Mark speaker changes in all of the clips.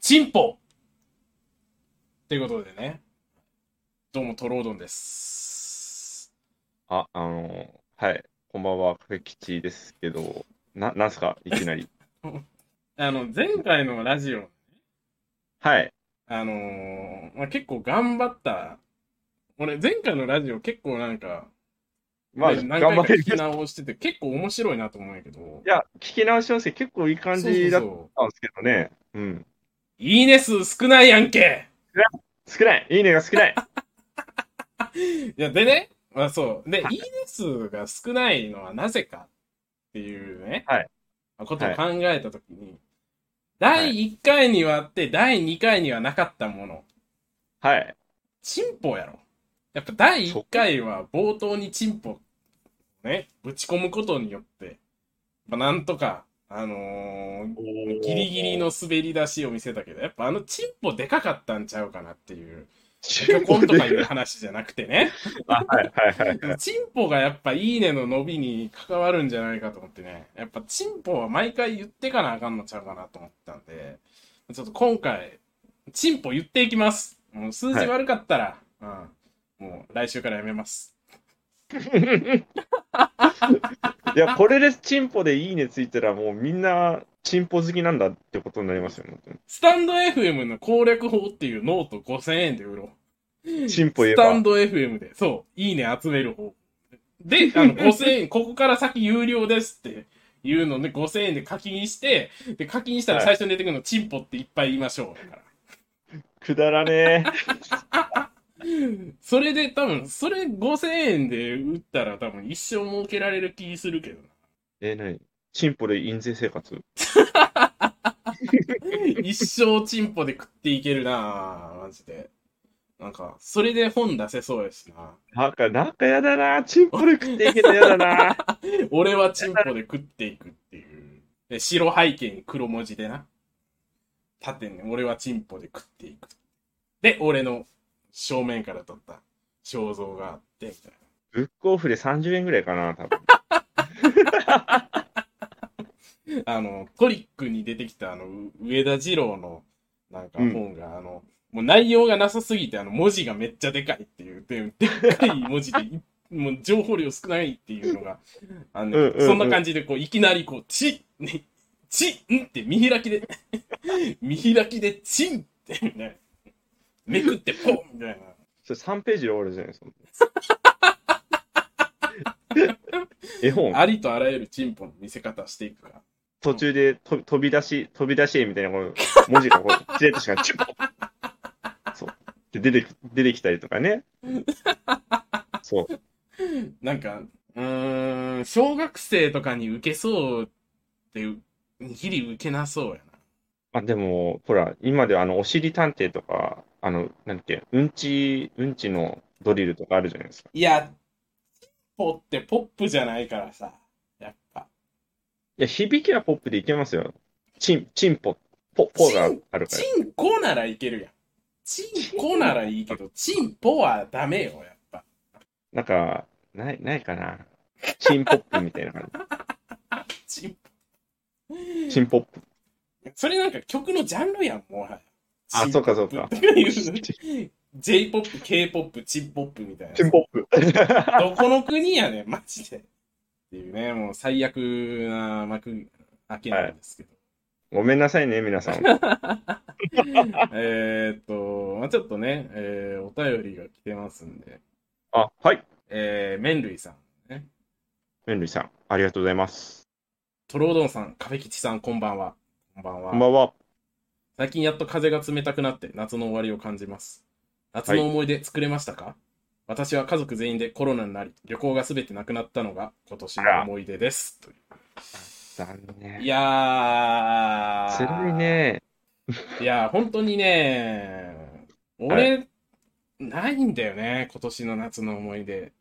Speaker 1: チンポってことでね。どうも、トロードンです。
Speaker 2: あ、あのーはい、こんばんは、カフェ吉ですけど、な、なんすか、いき なり。
Speaker 1: あの、前回のラジオ、
Speaker 2: はい、
Speaker 1: あのーまあ、結構頑張った。俺、前回のラジオ結構なんか、
Speaker 2: まあ、
Speaker 1: ね何
Speaker 2: 頑
Speaker 1: 回
Speaker 2: 張
Speaker 1: か
Speaker 2: れる。
Speaker 1: 聞
Speaker 2: い
Speaker 1: き直してて、結構面白いなと思うんやけど。
Speaker 2: や、聞き直しまして、結構いい感じだっ
Speaker 1: そう
Speaker 2: た
Speaker 1: そうそうん
Speaker 2: ですけどね。うん。
Speaker 1: いいね数少ないやんけ
Speaker 2: 少ない、いいね が少ない。
Speaker 1: いや、でね、まあそう。で、
Speaker 2: はい
Speaker 1: いいね数が少ないのはなぜかっていうね、
Speaker 2: はい
Speaker 1: ことを考えたときに、第1回にはあって、第2回にはなかったもの、
Speaker 2: はい、
Speaker 1: チンポやろ。やっぱ第1回は冒頭にチンポ、ね、ぶち込むことによって、まあ、なんとか、あのーギリギリの滑り出しを見せたけど、やっぱあのチンポでかかったんちゃうかなっていう、
Speaker 2: 中
Speaker 1: 虚婚
Speaker 2: 古
Speaker 1: と
Speaker 2: で
Speaker 1: かいう話じゃなくてね。
Speaker 2: あはい、はい、はい。
Speaker 1: チンポがやっぱいいねの伸びに関わるんじゃないかと思ってね、やっぱチンポは毎回言ってかなあかんのちゃうかなと思ったんで、ちょっと今回、チンポ言っていきます。もう数字悪かったら、うん、もう来週からやめます。
Speaker 2: いや、これでチンポでいいねついたら、もうみんな、チンポ好きなんだってことになりますよ、本当
Speaker 1: スタンド FM の攻略法っていうノート5000円で売ろう。
Speaker 2: にチンポ言え
Speaker 1: ス
Speaker 2: ば
Speaker 1: タン。ド FM で、そう、いいね集める方。で、あの、5000円、こ こから先有料ですっていうので、5000円で課金して、で、課金したら最初に出てくるの、チンポっていっぱい言いましょう。だから
Speaker 2: くだらね
Speaker 1: それで、多分、それ5000円で売ったら、多分、一生儲けられる気するけど な。
Speaker 2: え。え、なにチンポで印税生活
Speaker 1: 一生チンポで食っていけるなぁマジで。なんか、それで本出せそうやしな
Speaker 2: なんか、なんかやだな。チンポで食っていけたやだな。
Speaker 1: 俺はチンポで食っていくっていう。で白背景に黒文字でな。縦に俺はチンポで食っていく。で、俺の正面から撮った肖像があって、みたいな。
Speaker 2: ブックオフで30円ぐらいかな、多分。
Speaker 1: あの、トリックに出てきたあの、う上田二郎のなんか
Speaker 2: うん
Speaker 1: 本が、あの、もう内容がなさすぎて、あの、文字がめっちゃでかいっていう、ででっかい文字で い、もう情報量少ないっていうのが、あの、
Speaker 2: うんうんうん
Speaker 1: そんな感じで、こう、いきなりこう、ち、ね、ち、んって見開きで、 見開きで、ちんってね、めくってポンみたいな。
Speaker 2: それ3ページで終わるじゃないですか。絵本、
Speaker 1: ありとあらゆるチンポの見せ方していくから。
Speaker 2: 途中でと飛び出し、飛び出し絵みたいなこの文字がこう、ちれっとしかチュッそう。で、出てき、出てきたりとかね。そう。
Speaker 1: なんか、うーん、小学生とかに受けそうって、ギリ受けなそうやな。
Speaker 2: まあでも、ほら、今ではあの、おしり探偵とか、あの、なんだっけ、うんち、うんちのドリルとかあるじゃないですか。
Speaker 1: いや、ポってポップじゃないからさ、やっぱ。
Speaker 2: いや、響きはポップでいけますよ。チン、チンポ、ポ、ポがあるから
Speaker 1: チ。ンコならいけるやん。チンコならいいけ ど、チンポはダメよ、やっぱ。
Speaker 2: なんか、ない、ないかな。チンポップみたいな感
Speaker 1: チン
Speaker 2: じ。チンポップ。
Speaker 1: それなんか曲のジャンルやん、もはや。
Speaker 2: あ、そうかそうか。
Speaker 1: J-POP、K-POP、チンポップみたいな。
Speaker 2: チンポップ。
Speaker 1: どこの国やねん、マジで。っていうね、もう最悪な幕開けなんですけど。
Speaker 2: ごめんなさいね、皆さん。
Speaker 1: えーっと、まあ、ちょっとね、えーお便りが来てますんで、
Speaker 2: あ、はい。
Speaker 1: えー、麺類さん、
Speaker 2: 麺類さん、ありがとうございます。
Speaker 1: トロードンさん、カフェキチさん、こんばんは。こんばんは。
Speaker 2: こんばんは。
Speaker 1: 最近やっと風が冷たくなって夏の終わりを感じます。夏の思い出作れましたか、私は家族全員でコロナになり、旅行がすべてなくなったのが今年の思い出です。とい
Speaker 2: 残
Speaker 1: う
Speaker 2: 念。
Speaker 1: いやー。
Speaker 2: 辛いね。
Speaker 1: いや、本当にね、俺、ないんだよね、今年の夏の思い出。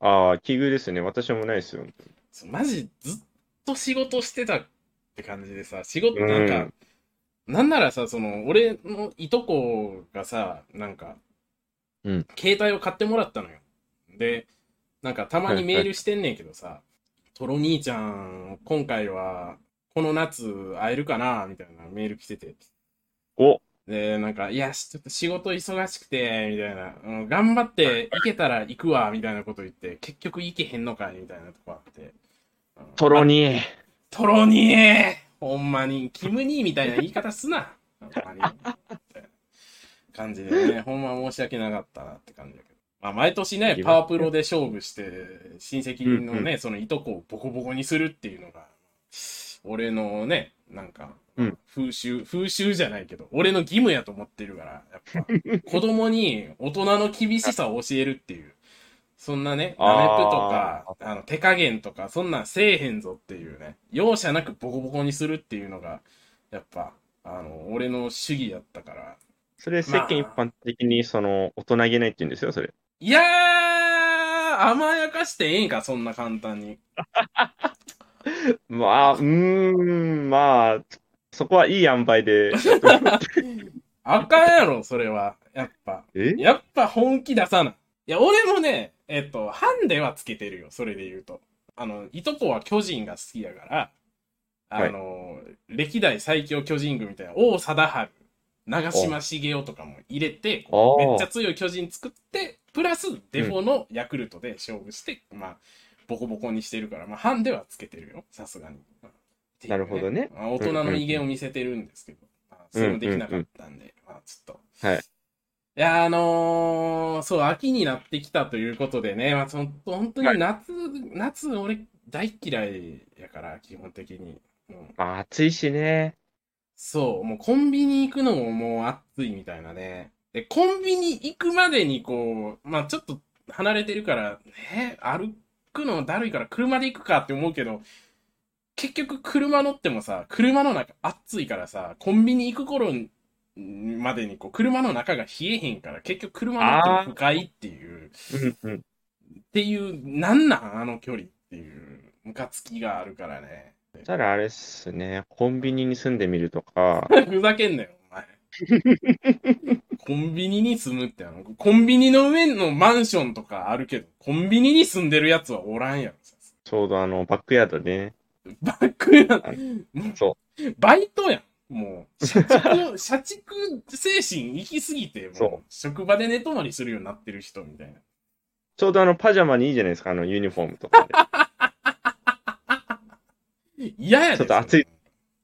Speaker 2: ああ、奇遇ですね。私もないですよ。
Speaker 1: そうマジ、ずっと仕事してたって感じでさ、仕事、
Speaker 2: うん
Speaker 1: なんか、なんならさ、その、俺のいとこがさ、なんか、
Speaker 2: うん
Speaker 1: 携帯を買ってもらったのよ。で、なんか、たまにメールしてんねんけどさ、トロ兄ちゃん、今回は、この夏会えるかなみたいなメール来てて。
Speaker 2: お、
Speaker 1: で、なんか、いや、しちょっと仕事忙しくて、みたいな、うん、頑張って行けたら行くわ、みたいなこと言って、結局行けへんのかい、みたいなとこあって。うん
Speaker 2: トロニー。
Speaker 1: トロニーほんまに、キムニーみたいな言い方すな。ほんまに。みたいな感じでね、ほんま申し訳なかったなって感じだけど。まあ、毎年ね、パワプロで勝負して、親戚のね、
Speaker 2: うん
Speaker 1: そのいとこをボコボコにするっていうのが、俺のね、なんか、
Speaker 2: うん
Speaker 1: 風習、風習じゃないけど、俺の義務やと思ってるから、やっぱ、子供に大人の厳しさを教えるっていう、そんなね、
Speaker 2: あー
Speaker 1: ナメプとか、あの、手加減とか、そんなんせえへんぞっていうね、容赦なくボコボコにするっていうのが、やっぱ、あの、俺の主義やったから。
Speaker 2: それ世間一般的にその大人げないって言うんですよ、それ。
Speaker 1: いやー、甘やかしてええんか、そんな簡単に。
Speaker 2: まあ、うーん、まあ、そこはいい塩梅で。
Speaker 1: あかんやろ、それは。やっぱ。
Speaker 2: え
Speaker 1: やっぱ本気出さない。いや、俺もね、えっと、ハンデはつけてるよ、それで言うと。あの、いとこは巨人が好きやから、あの、歴代最強巨人軍みたいな、王貞治、長嶋茂雄とかも入れて、
Speaker 2: ああ
Speaker 1: めっちゃ強い巨人作って、プラスデフォのヤクルトで勝負して、まあ、ボコボコにしてるから、まあ、ハンデはつけてるよ、さすがに。
Speaker 2: なるほどね
Speaker 1: っていうまあ大人の威厳を見せてるんですけど、まあ、それもできなかったんで、まあ、ちょっと。
Speaker 2: はい
Speaker 1: いや、あのーそう、秋になってきたということでね、まあ、その本当
Speaker 2: は
Speaker 1: に夏、夏、俺、大嫌いやから、基本的に。うん
Speaker 2: まあ、暑いしね。
Speaker 1: そう、もうコンビニ行くのももう暑いみたいなね。で、コンビニ行くまでにこう、まあちょっと離れてるから、え、歩くのだるいから車で行くかって思うけど、結局車乗ってもさ、車の中暑いからさ、コンビニ行く頃にまでにこう、車の中が冷えへんから、結局車乗っても不快っていう、
Speaker 2: うんうん。
Speaker 1: っていう、なんなんあの距離っていう、ムカつきがあるからね。
Speaker 2: そしたらあれっすね、コンビニに住んでみるとか、
Speaker 1: ふざけんなよ、お前。コンビニに住むってあの、コンビニの上のマンションとかあるけど、コンビニに住んでるやつはおらんやろ。
Speaker 2: ちょうどあの、バックヤードでね。
Speaker 1: バックヤード
Speaker 2: そ
Speaker 1: バイトやん。もう、社畜、 社畜精神行き過ぎて、
Speaker 2: そ
Speaker 1: もう、職場で寝泊まりするようになってる人みたいな。
Speaker 2: ちょうどあの、パジャマにいいじゃないですか、あの、ユニフォームとか で。
Speaker 1: 嫌やで
Speaker 2: ちょっと暑い
Speaker 1: それ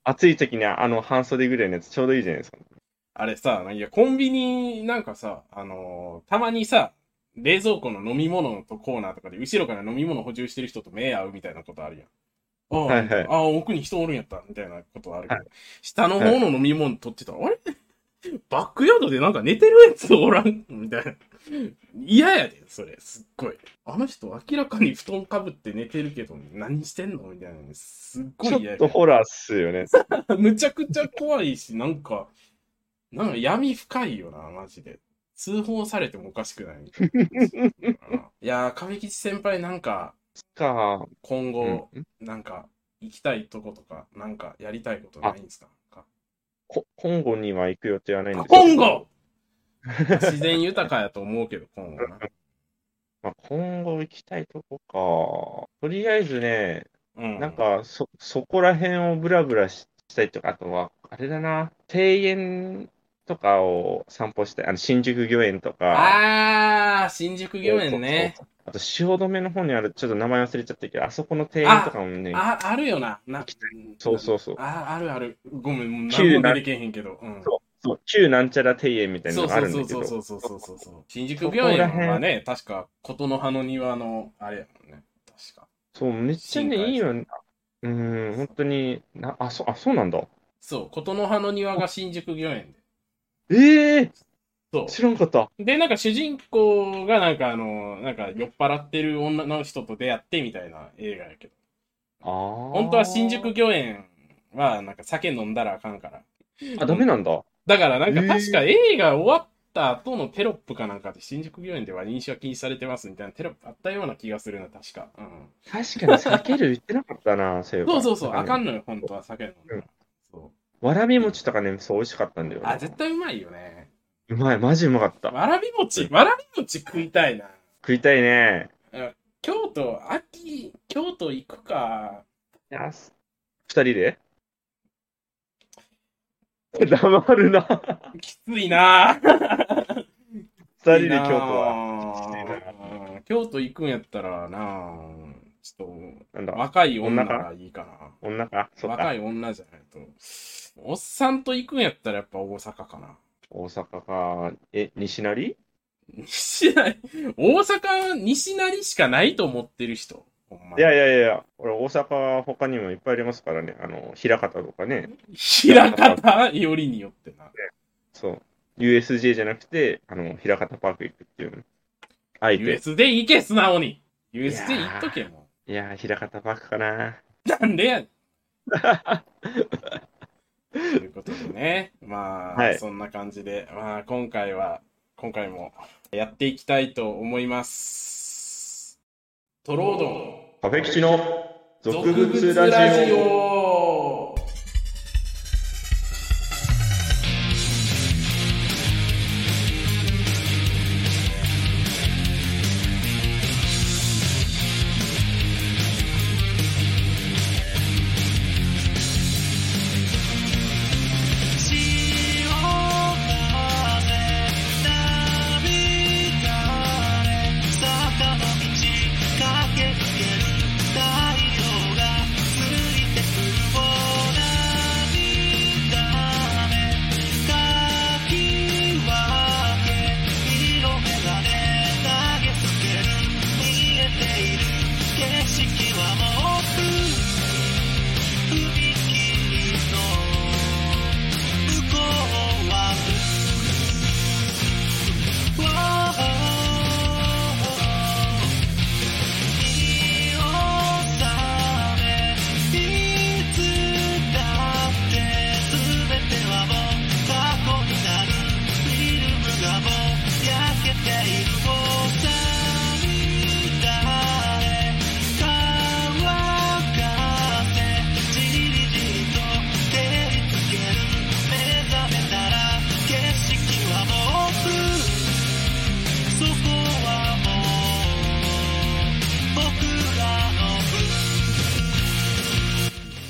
Speaker 2: 暑い時にあの、半袖ぐらいのやつちょうどいいじゃないですか。
Speaker 1: あれさ、いや、コンビニなんかさ、あのーたまにさ、冷蔵庫の飲み物とコーナーとかで、後ろから飲み物補充してる人と目合うみたいなことあるやん。ああ、
Speaker 2: はいはい
Speaker 1: ああ奥に人おるんやった、みたいなことあるけど、下の方の飲み物取ってたら、あれ バックヤードでなんか寝てるやつおらんみたいな。嫌やで、それ、すっごい。あの人明らかに布団かぶって寝てるけど、何してんのみたいな。すっごい
Speaker 2: ち
Speaker 1: 嫌
Speaker 2: ょ
Speaker 1: や
Speaker 2: っと
Speaker 1: で。
Speaker 2: ホラーっすよね。
Speaker 1: むちゃくちゃ怖いし、なんか、なんか闇深いよな、マジで。通報されてもおかしく ない。いやー、亀吉先輩なんか、
Speaker 2: か、
Speaker 1: 今
Speaker 2: う
Speaker 1: 後、
Speaker 2: ん
Speaker 1: なんか、行きたいとことか、なんか、やりたいことないんですか
Speaker 2: こ、今後には行く予定はないんですけど
Speaker 1: 今 後自然豊かやと思うけど、今後な。
Speaker 2: まあ、今後行きたいとこか。とりあえずね、
Speaker 1: うん。
Speaker 2: なん、かそ、そこら辺をブラブラし、したいとか、あとは、あれだな、庭園とかを散歩したい。あの、新宿御苑とか、
Speaker 1: あー、新宿御苑ね。
Speaker 2: そうそうそう。あと、汐留の方にある、ちょっと名前忘れちゃったけど、あそこの庭園とかもね、
Speaker 1: あ、あるよな。な
Speaker 2: そうそうそう。
Speaker 1: あー、あるある。ごめん、もう
Speaker 2: 旧
Speaker 1: 何も
Speaker 2: な
Speaker 1: 出てけへんけど。うん。
Speaker 2: そう、旧なんちゃら庭園みたいな
Speaker 1: そ
Speaker 2: の
Speaker 1: う
Speaker 2: があるんだけ
Speaker 1: そう
Speaker 2: ど、
Speaker 1: そうそうそうそうそう。新宿御苑はね、確か、琴の葉の庭の、あれやもんね。確か。
Speaker 2: そう、めっちゃね、
Speaker 1: 新海さん
Speaker 2: いいよね。うん、本当に、な、あ、そう、あ、そうなんだ。
Speaker 1: そう、琴の葉の庭が新宿御苑で。
Speaker 2: ええ
Speaker 1: そ
Speaker 2: 知らんかった。
Speaker 1: う。で、なんか主人公がなんかあの、なんか酔っ払ってる女の人と出会ってみたいな映画やけど。
Speaker 2: あー
Speaker 1: 本当は新宿御苑はなんか酒飲んだらあかんから。
Speaker 2: あ、ダメなんだ。
Speaker 1: だからなんか
Speaker 2: えー
Speaker 1: 確か映画終わった後のテロップかなんかで新宿御苑では飲酒は禁止されてますみたいなテロップあったような気がするな、確か。うん。
Speaker 2: 確かに避ける言ってなかったな、 そういえば
Speaker 1: そうそうそう、あか
Speaker 2: ん。
Speaker 1: んのよ、本当は酒飲んだら。そう。
Speaker 2: わらび餅とかね、そう、美味しかったんだよな。
Speaker 1: あ、絶対うまいよね。
Speaker 2: うまい、マジうまかった。
Speaker 1: わらび餅、わらび餅食いたいな。
Speaker 2: 食いたいね。
Speaker 1: 京都、秋、京都行くか。
Speaker 2: いやす二人で 黙るな。
Speaker 1: きついな
Speaker 2: 二人で京都は。
Speaker 1: は。京都行くんやったらなあちょっ
Speaker 2: なん
Speaker 1: と、
Speaker 2: だ、
Speaker 1: 若い女がいいか
Speaker 2: 女か。そ
Speaker 1: な。
Speaker 2: っ
Speaker 1: 若
Speaker 2: か。
Speaker 1: い女じゃないと。おっさんと行くんやったらやっぱ大阪かな。
Speaker 2: 大阪か。え、西成
Speaker 1: 西成、大阪、西成しかないと思ってる人。ほんま
Speaker 2: いやいやいや、俺大阪は他にもいっぱいありますからね。あの、枚方とかね。
Speaker 1: 開方よりによってな。
Speaker 2: そう。USJ じゃなくて、あの、枚方パーク行くっていうの。あえて。
Speaker 1: US で行け、素直に。US で行っとけ、も
Speaker 2: いやー、枚方パークかな。
Speaker 1: う。なんでや ねん。ということでね、まあ、
Speaker 2: はい
Speaker 1: そんな感じで、まあ、今回は、今回もやっていきたいと思います。トロードン、
Speaker 2: カフェ吉の俗物
Speaker 1: 物
Speaker 2: ラジオ。
Speaker 1: オ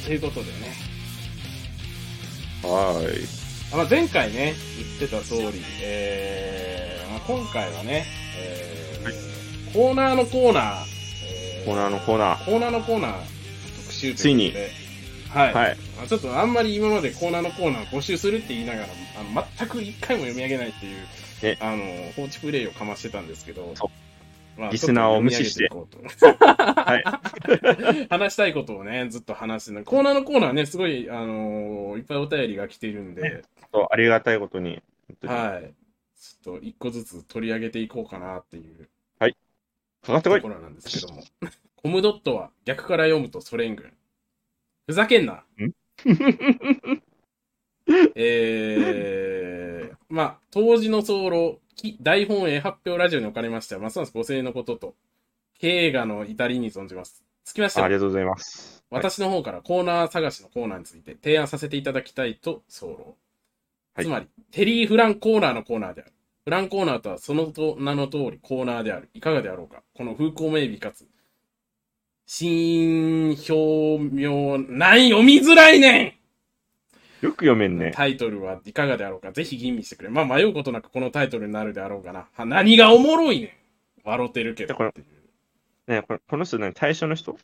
Speaker 1: ということでね、
Speaker 2: はーい。
Speaker 1: まあ、前回ね、言ってた通り、えーまあ、今回はね、えー
Speaker 2: はい
Speaker 1: コーナーのコーナー、えー
Speaker 2: コーナーのコーナー。
Speaker 1: コーナーのコーナー特集とうことで
Speaker 2: ついに
Speaker 1: はい。
Speaker 2: はい。
Speaker 1: まあちょっとあんまり今までコーナーのコーナー募集するって言いながら、あの全く一回も読み上げないっていう、
Speaker 2: ね
Speaker 1: あの、放置プレイをかましてたんですけど
Speaker 2: そ、
Speaker 1: まあ
Speaker 2: リスナーを無視して。
Speaker 1: ちょっと読み上げていこ
Speaker 2: はい。
Speaker 1: うと 話したいことをね、ずっと話してるコーナーのコーナーね、すごい、あのーいっぱいお便りが来ているんで、
Speaker 2: そうありがたいことに。本当に
Speaker 1: はい。ちょっと一個ずつ取り上げていこうかなっていう
Speaker 2: かかって
Speaker 1: と
Speaker 2: こい
Speaker 1: こ。ろなんですけども。 コムドットは逆から読むとソ連軍。ふざけんな。 えー、まあ、当時の早漏、き大本営発表ラジオにおかれましては、ますますご声援のことと、経営がの至りに存じます。つきまして
Speaker 2: あ
Speaker 1: は
Speaker 2: り、がとうございます。
Speaker 1: 私の方からコーナー探しのコーナーについて提案させていただきたいと早漏。
Speaker 2: はい
Speaker 1: つまり、テリー・フランコーナーのコーナーである。フランコーナーとはそのと名の通りコーナーである。いかがであろうか。この風光明媚かつ、新表明、なん読みづらいねん
Speaker 2: よく読めんね。
Speaker 1: タイトルはいかがであろうか、ぜひ吟味してくれ。まあ迷うことなくこのタイトルになるであろうかな。は何がおもろいねん。笑ってるけどってい
Speaker 2: ねこれこの人何対象の人
Speaker 1: う。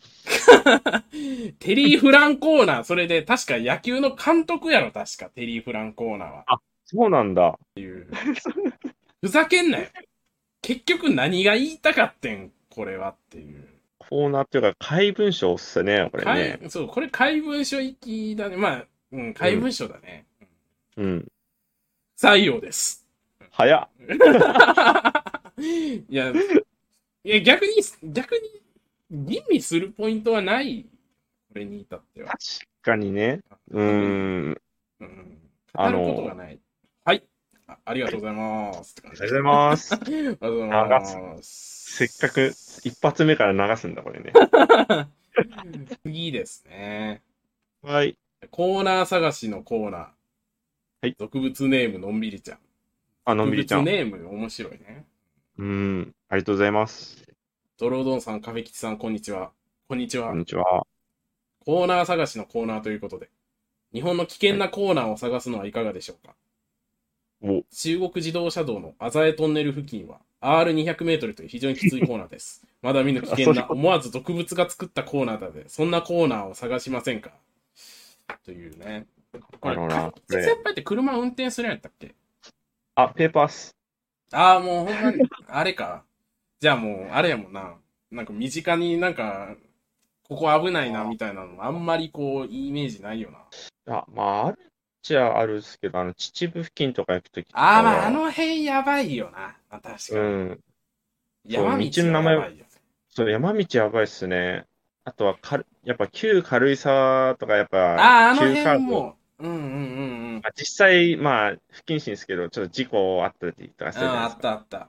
Speaker 1: テリー・フランコーナー、それで確か野球の監督やろ、確か、テリー・フランコーナーは。
Speaker 2: そうなんだ。
Speaker 1: ふざけんなよ。結局何が言いたかってん、これはっていう。
Speaker 2: コーナーっていうか、怪文書っすね、これね。
Speaker 1: 怪そう、これ怪文書行きだね。まあ、うん、怪文書だね。
Speaker 2: うん。
Speaker 1: 採用です。
Speaker 2: 早っ。
Speaker 1: いや、いや逆に、逆に、吟味するポイントはない。これに至っては。
Speaker 2: 確かにね。うーん。
Speaker 1: うん。語
Speaker 2: あの
Speaker 1: ることがない。はいあ。ありがとうございます。って
Speaker 2: あ
Speaker 1: 感
Speaker 2: り
Speaker 1: じ
Speaker 2: がとうございます。
Speaker 1: ありがとうございます。
Speaker 2: せっかく 一発目から流すんだ、こ れね。
Speaker 1: 次ですね。
Speaker 2: はい。
Speaker 1: コーナー探しのコーナー。
Speaker 2: はい。
Speaker 1: 俗物ネームのんびりちゃん。
Speaker 2: あ、のんびりちゃ
Speaker 1: 俗
Speaker 2: ん。
Speaker 1: 物ネーム面白いね。
Speaker 2: うん。ありがとうございます。
Speaker 1: ドロードンさん、カフェキチさん、こんにちは。こんにちは。
Speaker 2: こんにちは。
Speaker 1: コーナー探しのコーナーということで、日本の危険なコーナーを探すのはいかがでしょうか
Speaker 2: お、
Speaker 1: 中国自動車道のアザエトンネル付近は R200 メートルという非常にきついコーナーです。まだ見ぬ危険
Speaker 2: あ
Speaker 1: な
Speaker 2: そう
Speaker 1: 思わず毒物が作ったコーナーだぜ。そんなコーナーを探しませんかというね。これ、
Speaker 2: あらら
Speaker 1: か先輩って車運転するんやったっけ
Speaker 2: あ、ペーパース。
Speaker 1: ああ、もうほんまに、あれか。じゃあもう、あれやもんな。なんか身近になんか、ここ危ないなみたいなの、あんまりこう、いいイメージないよな。
Speaker 2: あ、まあ、あるっちゃあるっすけど、あの、秩父付近とか行くときとか
Speaker 1: ああ、まあ、
Speaker 2: は
Speaker 1: あの辺やばいよな。まあ、確かに。
Speaker 2: うん。
Speaker 1: 山道
Speaker 2: 道の名前
Speaker 1: はやばいよ
Speaker 2: そう、山道やばいっすね。あとは軽、やっぱ旧軽井沢とか、やっ
Speaker 1: ああ、
Speaker 2: ぱ、
Speaker 1: あの
Speaker 2: 旧カ
Speaker 1: 辺
Speaker 2: ーブ。
Speaker 1: も。うんうんうんうん。
Speaker 2: まあ、実際、まあ、不謹慎ですけど、ちょっと事故あったりとかするじゃない
Speaker 1: ああ
Speaker 2: です
Speaker 1: っ
Speaker 2: か。
Speaker 1: たあった。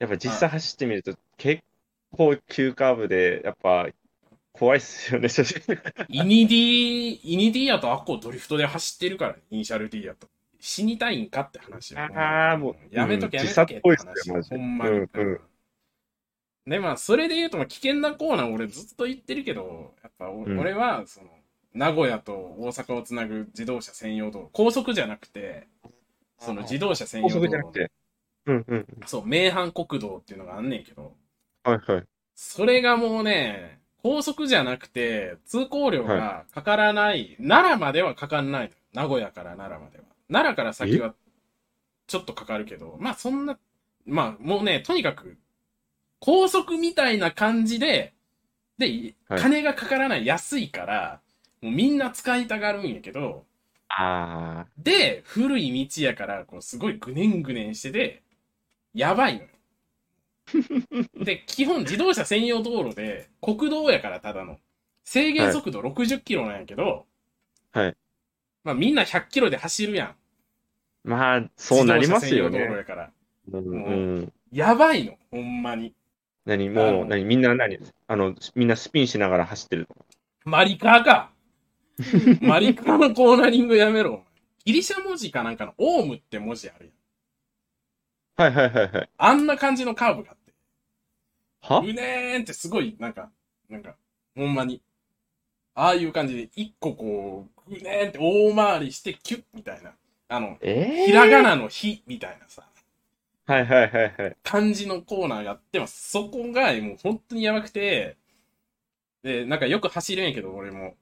Speaker 2: やっぱ実際走ってみると、結構急カーブで、やっぱ、怖いっすよね、正直。
Speaker 1: イニディ、イニディやとアッコドリフトで走ってるから、イニシャル D やと。死にたいんかって話よ。
Speaker 2: あーもう
Speaker 1: やめとけ
Speaker 2: う
Speaker 1: やめとけって
Speaker 2: ん自殺っぽいっ
Speaker 1: 話
Speaker 2: すよマジ
Speaker 1: ほ
Speaker 2: で
Speaker 1: んまに。
Speaker 2: うんうん
Speaker 1: で、まあ、それで言うと、まあ、危険なコーナー俺ずっと言ってるけど、やっぱお、
Speaker 2: うん
Speaker 1: 俺は、その、名古屋と大阪をつなぐ自動車専用道路、高速じゃなくて、その自動車専用
Speaker 2: 高
Speaker 1: 道路
Speaker 2: 速じゃなくて。うんうん。
Speaker 1: そう、名阪国道っていうのがあんねんけど、
Speaker 2: はいはい。
Speaker 1: それがもうね、高速じゃなくて、通行料がかからない、奈良まではかかんないの。名古屋から奈良までは。奈良から先はちょっとかかるけど、まあそんな、まあもうね、とにかく、高速みたいな感じで、で、
Speaker 2: はい
Speaker 1: 金がかからない、安いから、もうみんな使いたがるんやけど、
Speaker 2: あ
Speaker 1: で、古い道やから、こう、すごいぐねんぐねんしてて、やばい のよ。で、基本自動車専用道路で、国道やからただの。制限速度60キロなんやけど、
Speaker 2: はい。
Speaker 1: まあみんな100キロで走るやん。
Speaker 2: あ、まあ、そうなりますよ
Speaker 1: 自動車専用道路
Speaker 2: ね。
Speaker 1: やから。
Speaker 2: うん
Speaker 1: う
Speaker 2: うん。
Speaker 1: やばいの、ほんまに。
Speaker 2: 何、
Speaker 1: あ
Speaker 2: も
Speaker 1: の
Speaker 2: う、何、みんな何、あの、みんなスピンしながら走ってるとか。
Speaker 1: マリカー か。マリカーのコーナリングやめろ。ギリシャ文字かなんかのオウムって文字あるやん。
Speaker 2: はいはいはいはい。
Speaker 1: あんな感じのカーブがあって。
Speaker 2: は
Speaker 1: うねーんってすごい、なんか、なんか、ほんまに、ああいう感じで、一個こう、うねーんって大回りして、キュッみたいな、あの、
Speaker 2: ええ
Speaker 1: ひらがなのひみたいなさ、
Speaker 2: はいはいはいはい。
Speaker 1: 感じのコーナーやってます。そこが、もう本当にやばくて、で、なんかよく走るんやけど、俺も。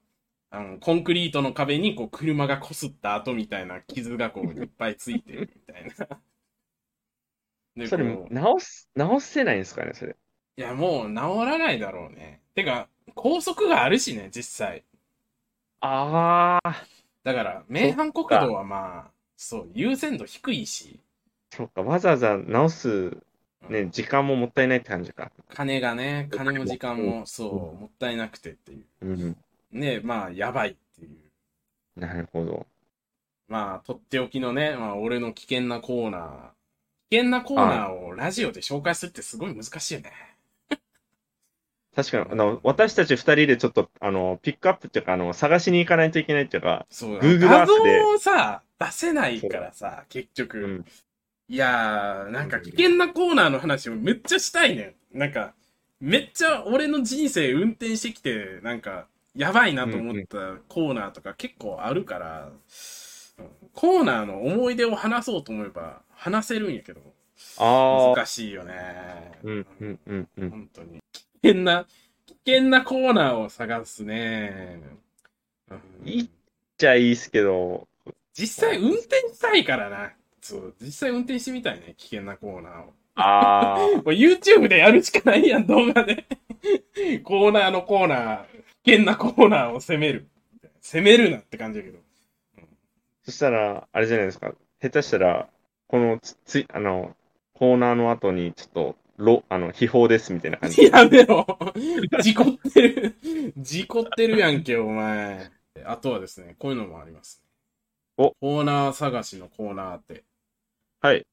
Speaker 1: あの、コンクリートの壁に、こう、車が擦った跡みたいな傷がこう、いっぱいついてるみたいな。で
Speaker 2: それ
Speaker 1: こう、
Speaker 2: 直す、直せないんですかね、それ。
Speaker 1: いや、もう治らないだろうね。てか、高速があるしね、実際。
Speaker 2: ああ、
Speaker 1: だから、名阪国道はまあ、そう、優先度低いし、
Speaker 2: そうか、わざわざ直す、ね、時間ももったいないって感じか。
Speaker 1: 金がね、金も時間も、そう、もったいなくてっていう。
Speaker 2: うん。
Speaker 1: ね、まあ、やばいっていう。
Speaker 2: なるほど。
Speaker 1: まあ、とっておきのね、まあ、俺の危険なコーナー。危険なコーナーをラジオで紹介するってすごい難しいよね。
Speaker 2: 確かに、あの、私たち二人でちょっと、あの、ピックアップっていうか、あの、探しに行かないといけないっていうか、
Speaker 1: そう、
Speaker 2: Google
Speaker 1: 画像
Speaker 2: Earth で
Speaker 1: をさ、出せないからさ、結局。
Speaker 2: うん
Speaker 1: いやー、なんか危険なコーナーの話をめっちゃしたいねん。なんか、めっちゃ俺の人生運転してきて、なんか、やばいなと思ったコーナーとか結構あるから、うんコーナーの思い出を話そうと思えば話せるんやけど、
Speaker 2: ああ、
Speaker 1: 難しいよね。
Speaker 2: うん、うん、うん、うん。
Speaker 1: 本当に。危険な、危険なコーナーを探すね。うん
Speaker 2: いいじゃあいいっすけど、
Speaker 1: 実際運転したいからな。そう、実際運転してみたいね、危険なコーナーを。
Speaker 2: あ あ、
Speaker 1: これ YouTube でやるしかないやん、動画で。 コーナーのコーナー、危険なコーナーを攻める。攻めるなって感じだけど。
Speaker 2: そしたら、あれじゃないですか。下手したら、このつ、つい、あの、コーナーの後に、ちょっと、ろ、あの、秘宝ですみたいな感じ。
Speaker 1: やめろ 事故ってる。事故ってるやんけ、お前。あとはですね、こういうのもあります。
Speaker 2: お
Speaker 1: コーナー探しのコーナーって。
Speaker 2: はい。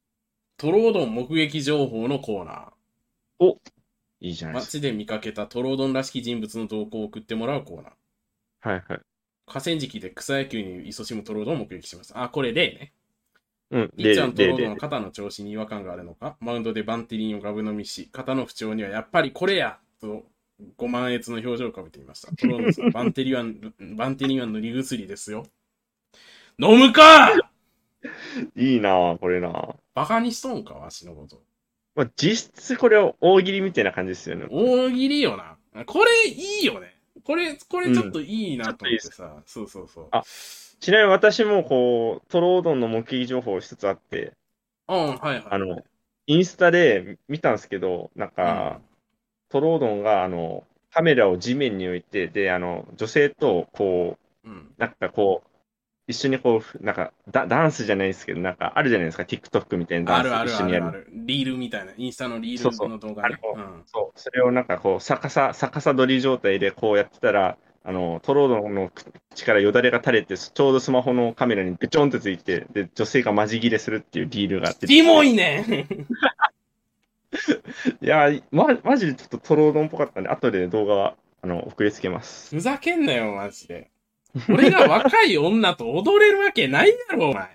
Speaker 1: トロードン目撃情報のコーナー。
Speaker 2: いいじゃないです
Speaker 1: 街で見かけたトロードンらしき人物の動向を送ってもらうコーナー。
Speaker 2: か。はいはい。
Speaker 1: 河川敷で草野球に勤しむトロードンを目撃します。あ、これ例ね。
Speaker 2: うん、
Speaker 1: ピッチャーのト
Speaker 2: で、
Speaker 1: ロード
Speaker 2: で、
Speaker 1: ンの
Speaker 2: で。
Speaker 1: 肩の調子に違和感があるのか、マウンドでバンテリンをガブ飲みし、肩の不調にはやっぱりこれやと、 ご満悦の表情を浮かべていました。トロードンさん、バンテリンは、バンテリンは塗り薬ですよ。飲むか
Speaker 2: いいなあこれなあ
Speaker 1: バカにしとんか、わしのこと。
Speaker 2: まあ、実質これは大喜利みたいな感じですよね。
Speaker 1: 大喜利よな。これいいよね。これ、これちょっといいなと思ってさ。そうそうそう。
Speaker 2: あちなみに私もこう、トロードンの目撃情報一つあって、
Speaker 1: うん、はいはい。
Speaker 2: あの、インスタで見たんですけど、なんか、トロードンがあの、カメラを地面に置いて、で、あの、女性とこ
Speaker 1: うん。
Speaker 2: う、なんかこう、一緒にこう、なんかダ、ダンスじゃないですけど、なんかあるじゃないですか、TikTok みたいな
Speaker 1: ある
Speaker 2: ダ
Speaker 1: あ
Speaker 2: ン
Speaker 1: る
Speaker 2: ス一緒
Speaker 1: あ
Speaker 2: にや
Speaker 1: る
Speaker 2: る
Speaker 1: あ。る。リールみたいな。インスタのリ
Speaker 2: そ
Speaker 1: ー
Speaker 2: うそ
Speaker 1: ル
Speaker 2: う
Speaker 1: の動画ね。
Speaker 2: あ
Speaker 1: うん
Speaker 2: そう、それをなんかこう、逆さ、逆さ撮り状態でこうやってたら、あの、トロードの口からよだれが垂れて、ちょうどスマホのカメラにべちょんってついて、で、女性がマジ切れするっていうリールがあって。
Speaker 1: キモいね ん
Speaker 2: いや、ま、マジでちょっとトロードンっぽかったんで、後で動画は、あの、送りつけます。
Speaker 1: ふざけんなよ、マジで。俺が若い女と踊れるわけないやろ、お前。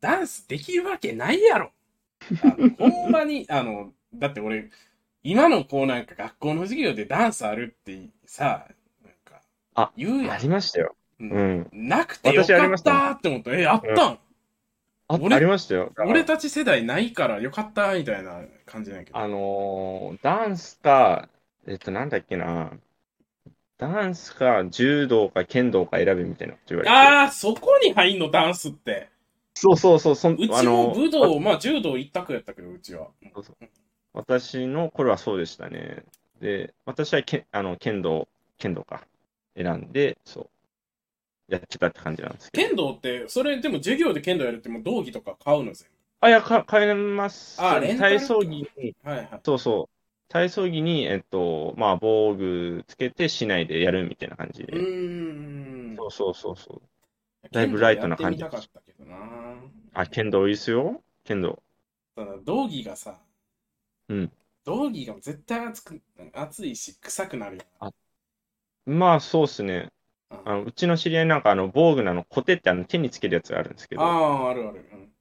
Speaker 1: ダンスできるわけないやろ。あのほんまに、 あの、だって俺、今の子なんか学校の授業でダンスあるってさ、なんか、
Speaker 2: あ
Speaker 1: 言うや
Speaker 2: あ
Speaker 1: ん
Speaker 2: り。ましたよ。
Speaker 1: うん
Speaker 2: うん。
Speaker 1: なくてよ
Speaker 2: 私あり
Speaker 1: か
Speaker 2: ま
Speaker 1: っ
Speaker 2: した
Speaker 1: たー
Speaker 2: ね
Speaker 1: って思った。え、あったん、
Speaker 2: あ、
Speaker 1: 俺
Speaker 2: ありましたよ。だから
Speaker 1: 俺たち世代ないからよかったみたいな感じなんやけど。
Speaker 2: あのーダンスか、えっと、なんだっけな。ダンスか、柔道か、剣道か選べみたいなこと言われて。
Speaker 1: あー、そこに入んの、ダンスって。
Speaker 2: そうそうそう、そん
Speaker 1: う
Speaker 2: あ
Speaker 1: ちも
Speaker 2: の
Speaker 1: 武道、まあ柔道一択やったけど、うちは。
Speaker 2: 私の頃はそうでしたね。で、私はけあの剣道、剣道か、選んで、そう、やってたって感じなんですけど。
Speaker 1: 剣道って、それでも授業で剣道やるってもう道着とか買うの全
Speaker 2: あ、いや、か変えます。
Speaker 1: あレンタル
Speaker 2: 体操着に、
Speaker 1: 部。はいはい。
Speaker 2: そうそう、体操着に、えっと、まあ、防具つけて、市内でやるみたいな感じ
Speaker 1: う
Speaker 2: で。
Speaker 1: ーん。
Speaker 2: そうそうそうそう。
Speaker 1: 剣道
Speaker 2: だいぶライトな感じ
Speaker 1: やってみたかったけどな
Speaker 2: あ、剣道いいっすよ。剣道。
Speaker 1: ただ、道着がさ、
Speaker 2: うん。
Speaker 1: 道着が絶対熱く、熱いし、臭くなるよ
Speaker 2: まあ、そうっすね。
Speaker 1: な。
Speaker 2: あのうちの知り合いなんか、あの、防具のあの、コテってあの、手につけるやつがあるんですけ
Speaker 1: あ
Speaker 2: ど、
Speaker 1: あ、あるある。うん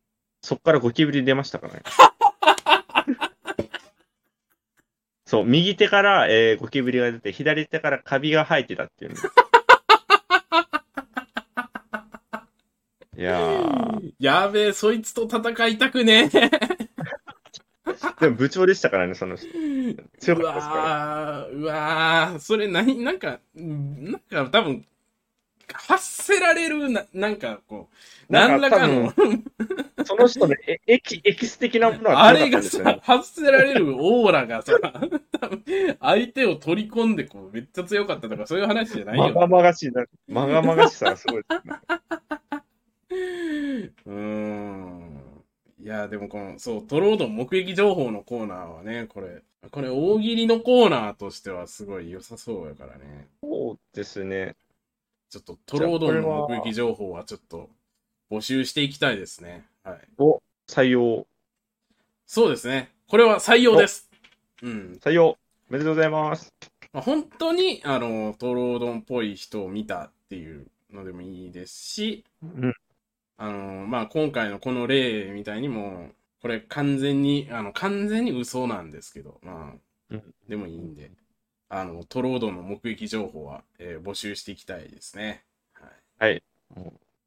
Speaker 2: そっからゴキブリ出ましたから ね。そう、右手から、えーゴキブリが出て、左手からカビが生えてたっていうね。いやー、
Speaker 1: やべえ、そいつと戦いたくねえ。
Speaker 2: でも部長でしたからね、その人。強
Speaker 1: う
Speaker 2: かったですから。
Speaker 1: わーうわーそれ何、なんか、うんなんか多分、発せられるな、なんかこう、
Speaker 2: な
Speaker 1: 何
Speaker 2: んから
Speaker 1: かの、
Speaker 2: その人のエエキエキス的なものは
Speaker 1: あれ
Speaker 2: 強かったん
Speaker 1: が
Speaker 2: ですよ
Speaker 1: さ
Speaker 2: ね。、
Speaker 1: 発せられるオーラがさ、多分相手を取り込んでこう、めっちゃ強かったとか、そういう話じゃない
Speaker 2: ま
Speaker 1: よ
Speaker 2: が
Speaker 1: ね。
Speaker 2: まがしいな、まがまがしさが すごいですね。
Speaker 1: うーん。いや、でもこの、そう、トロードン目撃情報のコーナーはね、これ、これ大喜利のコーナーとしてはすごい良さそうやからね。
Speaker 2: そうですね。
Speaker 1: ちょっとトロードンの目撃情報はちょっと募集していきたいですね。はい。
Speaker 2: 採用、
Speaker 1: そうですね。これは採用です。うん。
Speaker 2: 採用、おめでとうございます。
Speaker 1: まあ、本当に、あの、トロードンっぽい人を見たっていうのでもいいですし、
Speaker 2: うん、
Speaker 1: あの、まあ、今回のこの例みたいにも、これ完全に、あの、完全に嘘なんですけど、まあ
Speaker 2: うん、
Speaker 1: でもいいんで、あの、トロードンの目撃情報は、えー募集していきたいですね。はい。
Speaker 2: はい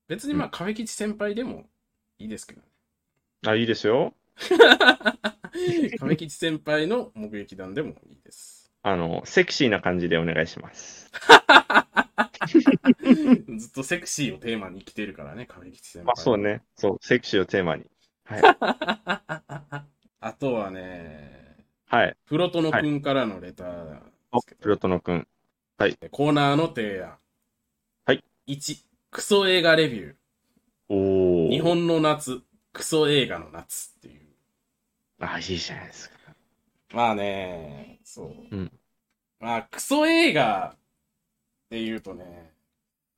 Speaker 1: 別にまあ、壁吉先輩でもいいですけどね。
Speaker 2: あ、いいですよ。
Speaker 1: 亀吉先輩の目撃談でもいいです。
Speaker 2: あの、セクシーな感じでお願いします。
Speaker 1: ずっとセクシーをテーマに生きてるからね、亀吉先輩。
Speaker 2: まあそう。ね。そう、セクシーをテーマに。 はい。
Speaker 1: あとはね、
Speaker 2: はい。
Speaker 1: プロトノくんからのレターですけど
Speaker 2: プロトノ君。
Speaker 1: コーナーの提案。
Speaker 2: はい。
Speaker 1: 1、クソ映画レビュ
Speaker 2: お
Speaker 1: ー。
Speaker 2: ー。
Speaker 1: 日。本の夏、クソ映画の夏っていう。
Speaker 2: あ、いいじゃないですか。
Speaker 1: まあね、そう。
Speaker 2: うん
Speaker 1: まあ、クソ映画って言うとね、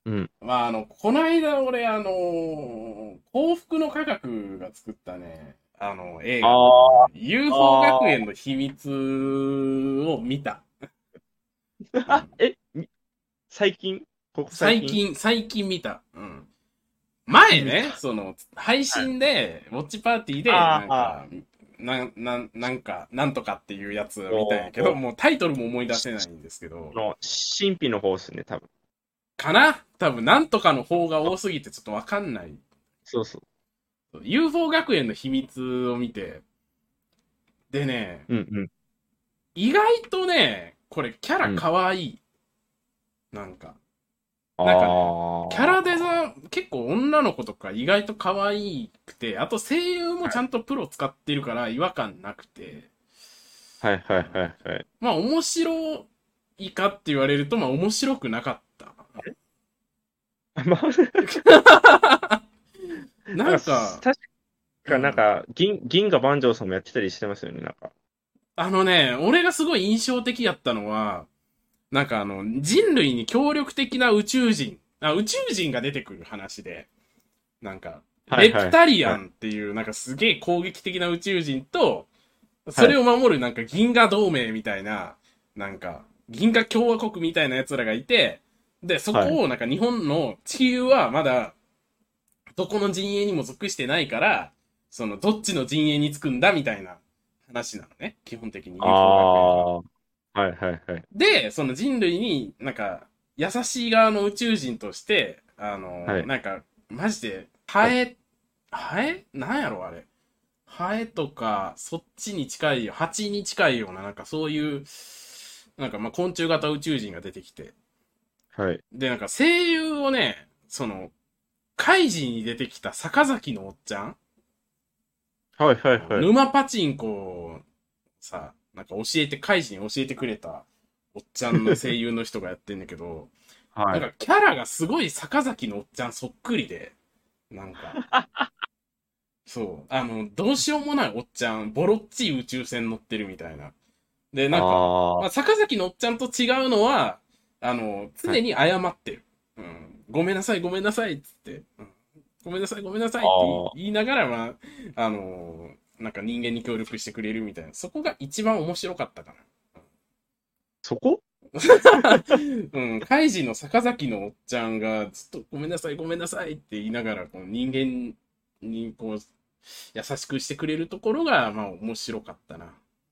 Speaker 2: うん。
Speaker 1: まあ、あの、こないだ俺、あのー幸福の科学が作ったね、あの、映画、
Speaker 2: あ
Speaker 1: UFO 学園の秘密を見た。
Speaker 2: あ。え、み最近ここ最
Speaker 1: 最
Speaker 2: 近
Speaker 1: 近、最近見た。うん。前ね、その、配信で、ウォッチパーティーで、
Speaker 2: あー
Speaker 1: なんか、なん、なん、なんか、なんとかっていうやつを見たんやけ
Speaker 2: お
Speaker 1: ど、
Speaker 2: ー
Speaker 1: もうタイトルも思い出せないんですけど、
Speaker 2: の神秘の方ですね、多分。
Speaker 1: かな多分、なんとかの方が多すぎてちょっとわかんない。
Speaker 2: そうそう。
Speaker 1: UFO 学園の秘密を見て、でね、
Speaker 2: うんうん。
Speaker 1: 意外とね、これキャラ可愛い。なんか、
Speaker 2: あ
Speaker 1: なんかね
Speaker 2: あ。
Speaker 1: キャラデザイン、結構女の子とか意外と可愛くて、あと声優もちゃんとプロ使ってるから違和感なくて、
Speaker 2: はいはいはいはい。
Speaker 1: まあ面白いかって言われると、まあ面白くなかった。
Speaker 2: まあ、
Speaker 1: なんか、
Speaker 2: 確かなんか、銀、銀河万丈さんもやってたりしてますよね、なんか。
Speaker 1: あのね、俺がすごい印象的やったのは、なんかあの、人類に協力的な宇宙人、あ宇宙人が出てくる話で、なんか、
Speaker 2: は
Speaker 1: レ
Speaker 2: いはい
Speaker 1: プタリアンっていう、なんかすげえ攻撃的な宇宙人と、それを守るなんか銀河同盟みたいな、なんか、銀河共和国みたいな奴らがいて、で、そこをなんか日本の地球はまだ、どこの陣営にも属してないから、その、どっちの陣営につくんだみたいな話なのね、基本的に。
Speaker 2: ああ。はいはいはい。
Speaker 1: で、その人類に、なんか、優しい側の宇宙人として、あの、
Speaker 2: はい
Speaker 1: なんか、マジで、ハエ、ハエなんやろ、あれ。ハエとか、そっちに近いよ、蜂に近いような、なんかそういう、なんかまあ昆虫型宇宙人が出てきて。
Speaker 2: はい。
Speaker 1: で、なんか声優をね、その、カイジに出てきた坂崎のおっちゃん、
Speaker 2: はいはいはい。
Speaker 1: 沼パチンコをさ、なんか教えて、カイジに教えてくれたおっちゃんの声優の人がやってんだけど、
Speaker 2: は
Speaker 1: なん
Speaker 2: い。
Speaker 1: かキャラがすごい坂崎のおっちゃんそっくりで、なんか、そう、あの、どうしようもないおっちゃん、ボロっちい宇宙船乗ってるみたいな。で、なんか、
Speaker 2: あ
Speaker 1: まあ、坂崎のおっちゃんと違うのは、あの、常に謝ってる。うん。ごめんなさい、ごめんなさい、っつって。うんごめんなさい、ごめんなさいって
Speaker 2: あ
Speaker 1: 言い言いながら、まあ、あのーなんか人間に協力してくれるみたいな。そこが一番面白かったか
Speaker 2: そこ
Speaker 1: な。うん。カイジの坂崎のおっちゃんが、ずっとごめんなさい、ごめんなさいって言いながら、こう人間にこう、優しくしてくれるところが、まあ、面白かったな。っ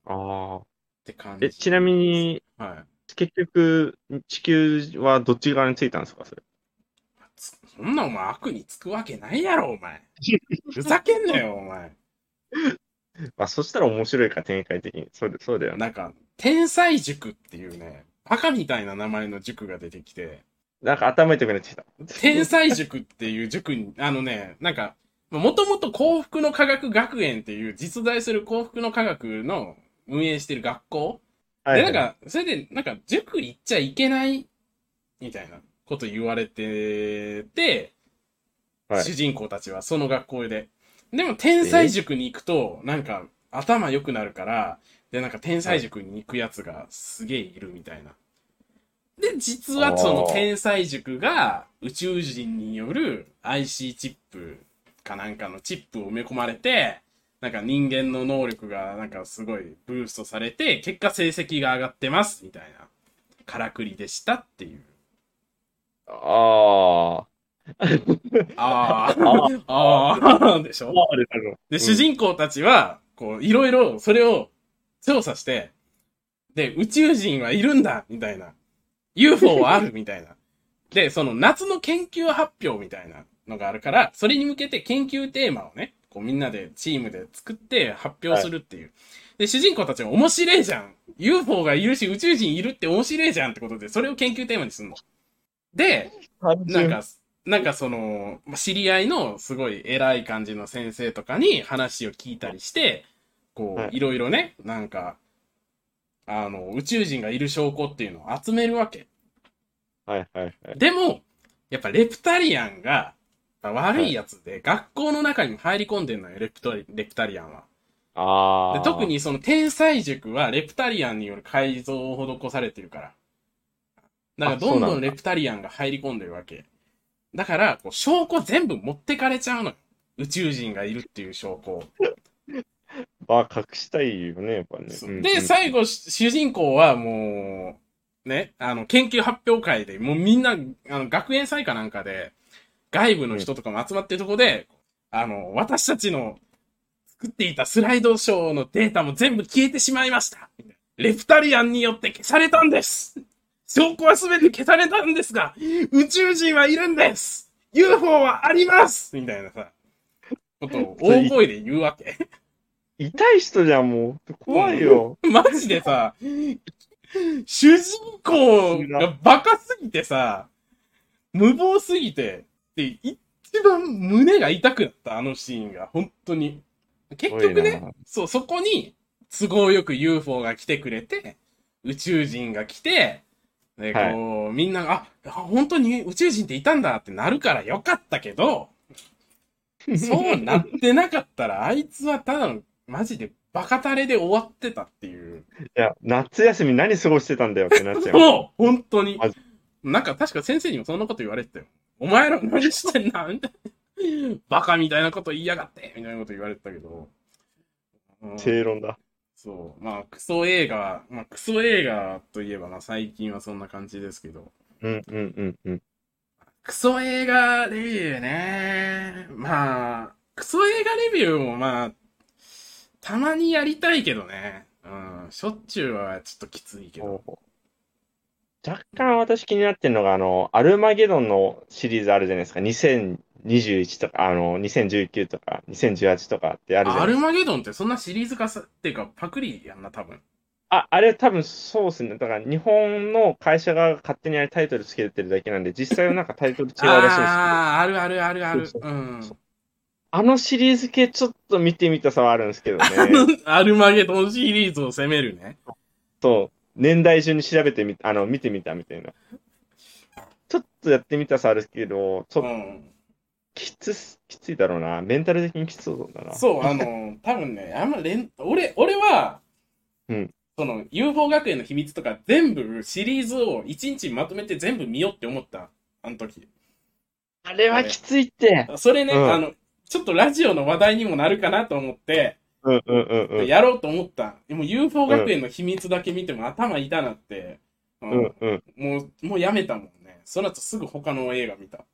Speaker 2: ああ。
Speaker 1: て感じ。
Speaker 2: え、ちなみ。に、
Speaker 1: はい。
Speaker 2: 結局、地球はどっち側についたんですかそれ。
Speaker 1: つそんなお前悪につくわけないやろ、お前。ふざけんなよ、お前。
Speaker 2: まあ、そしたら面白いか、展開的に。そうでそうだよね。
Speaker 1: なんか、天才塾っていうね、バカみたいな名前の塾が出てきて、
Speaker 2: なんか頭痛くなってきた。
Speaker 1: 天才塾っていう塾に、あのね、なんか、もともと幸福の科学学園っていう実在する幸福の科学の運営してる学校
Speaker 2: は
Speaker 1: で、な
Speaker 2: いは
Speaker 1: ん
Speaker 2: い、
Speaker 1: か、それで、なんか、塾行っちゃいけない、みたいなこと言われてて、
Speaker 2: はい
Speaker 1: 主人公たちはその学校で。でも、天才塾に行くと、なんか、頭良くなるから、で、なんか、天才塾に行くやつがすげえいるみたいな。で、実はその
Speaker 2: あー
Speaker 1: 天才塾が宇宙人による IC チップかなんかのチップを埋め込まれて、なんか人間の能力がなんかすごいブーストされて、結果成績が上がってますみたいな、からくりでしたっていう。
Speaker 2: あ
Speaker 1: あ
Speaker 2: あ
Speaker 1: ー、あー、でしょ
Speaker 2: あ。で、
Speaker 1: で、主人公たちは、こう、いろいろそれを調査して、で、宇宙人はいるんだみたいな。UFO はあるみたいな。で、その夏の研究発表みたいなのがあるから、それに向けて研究テーマをね、こうみんなでチームで作って発表するっていう。で、主人公たちは面白いじゃん !UFO がいるし宇宙人いるって面白いじゃんってことで、それを研究テーマにするの。で、
Speaker 2: 単
Speaker 1: なん
Speaker 2: 純
Speaker 1: か、なんかその、まあ知り合いのすごい偉い感じの先生とかに話を聞いたりして、こ、
Speaker 2: はいう
Speaker 1: いろいろね、なんか、あの、宇宙人がいる証拠っていうのを集めるわけ。
Speaker 2: はいはいはい。
Speaker 1: でも、やっぱレプタリアンがまあ悪いやつで、学校の中にも入り込んでんのよ、レプトリレプタリアンは。
Speaker 2: ああ。
Speaker 1: で特。にその天才塾はレプタリアンによる改造を施されてるから。だから
Speaker 2: あ
Speaker 1: どん
Speaker 2: そう
Speaker 1: ど
Speaker 2: なんんだ
Speaker 1: レプタリアンが入り込んでるわけ。だから、こう証拠全部持ってかれちゃうのよ。宇宙人がいるっていう証拠を
Speaker 2: まあ、隠したいよね、やっぱね。うん
Speaker 1: で、最後、し主人公はもう、ね、あの、研究発表会で、もうみんな、あの、学園祭かなんかで、外部の人とかも集まってるとこで、あの、私たちの作っていたスライドショーのデータも全部消えてしまいました。レプタリアンによって消されたんです証拠はすべて消されたんですが、宇宙人はいるんです !UFO はありますみたいなさ、ことを大声で言うわけ。
Speaker 2: 痛い人じゃん、もう。怖いよ。
Speaker 1: マジでさ、主人公がバカすぎてさ、無謀すぎて、で、一番胸が痛くなった、あのシーンが、本当に。結局
Speaker 2: すごい
Speaker 1: ね、そう、そこに、都合よく UFO が来てくれて、宇宙人が来て、で、
Speaker 2: はい
Speaker 1: こう、みんなが、あ、あ本当に宇宙人っていたんだってなるからよかったけ ど、そうなってなかったら、あいつはただの、マジでバカタレで終わってたっていう。
Speaker 2: いや、夏休み何過ごしてたんだよってなっ ちゃう。
Speaker 1: もう、本当に
Speaker 2: マジ。
Speaker 1: なんか確か先生にもそんなこと言われてたよ。お前ら何してんなみたいな。バカみたいなこと言いやがってみたいなこと言われてたけど。うん
Speaker 2: 正論だ。
Speaker 1: そう。まあ、クソ映画、まあ、クソ映画といえば、まあ、最近はそんな感じですけど。
Speaker 2: うんうんうんうん。
Speaker 1: クソ映画レビューね。まあ、クソ映画レビューもまあ、たまにやりたいけどね。うん。しょっちゅうはちょっときついけど。
Speaker 2: 若干私気になってるのが、あの、アルマゲドンのシリーズあるじゃないですか。2021とか、あの、2019とか、2018とかってあるじゃ
Speaker 1: あア
Speaker 2: ないで
Speaker 1: ル
Speaker 2: すか。
Speaker 1: マゲドンってそんなシリーズ化さ、っていうか、パクリやんな、多分。
Speaker 2: あ、あれ多分そうですね。だから日本の会社が勝手にあれタイトルつけてるだけなんで、実際はなんかタイトル違うらしいんですけど。
Speaker 1: ああ、あるあるあるある。。
Speaker 2: そううんあのシリーズ系ちょっと見てみたさはあるんですけどね。
Speaker 1: あの、アルマゲドンシリーズを攻めるね。
Speaker 2: と、年代順に調べてみ、あの、見てみたみたいな。ちょっとやってみたさあるけど、ちょ
Speaker 1: う
Speaker 2: っと
Speaker 1: ん。
Speaker 2: きつす、きついだろうな。メンタル的にきつそうだな。
Speaker 1: そう、あの、多分ね、あんま連、俺、俺は、
Speaker 2: うん
Speaker 1: その、UFO 学園の秘密とか、全部シリーズを一日まとめて全部見ようって思った、あの時。
Speaker 2: あれはきついって。
Speaker 1: それね、
Speaker 2: うん
Speaker 1: あの、ちょっとラジオの話題にもなるかなと思って、
Speaker 2: うんうんうんうん。
Speaker 1: やろうと思った。でも UFO 学園の秘密だけ見ても頭痛なって、う
Speaker 2: うんんうん。
Speaker 1: もう、もうやめたもんね。その後すぐ他の映画見た。だ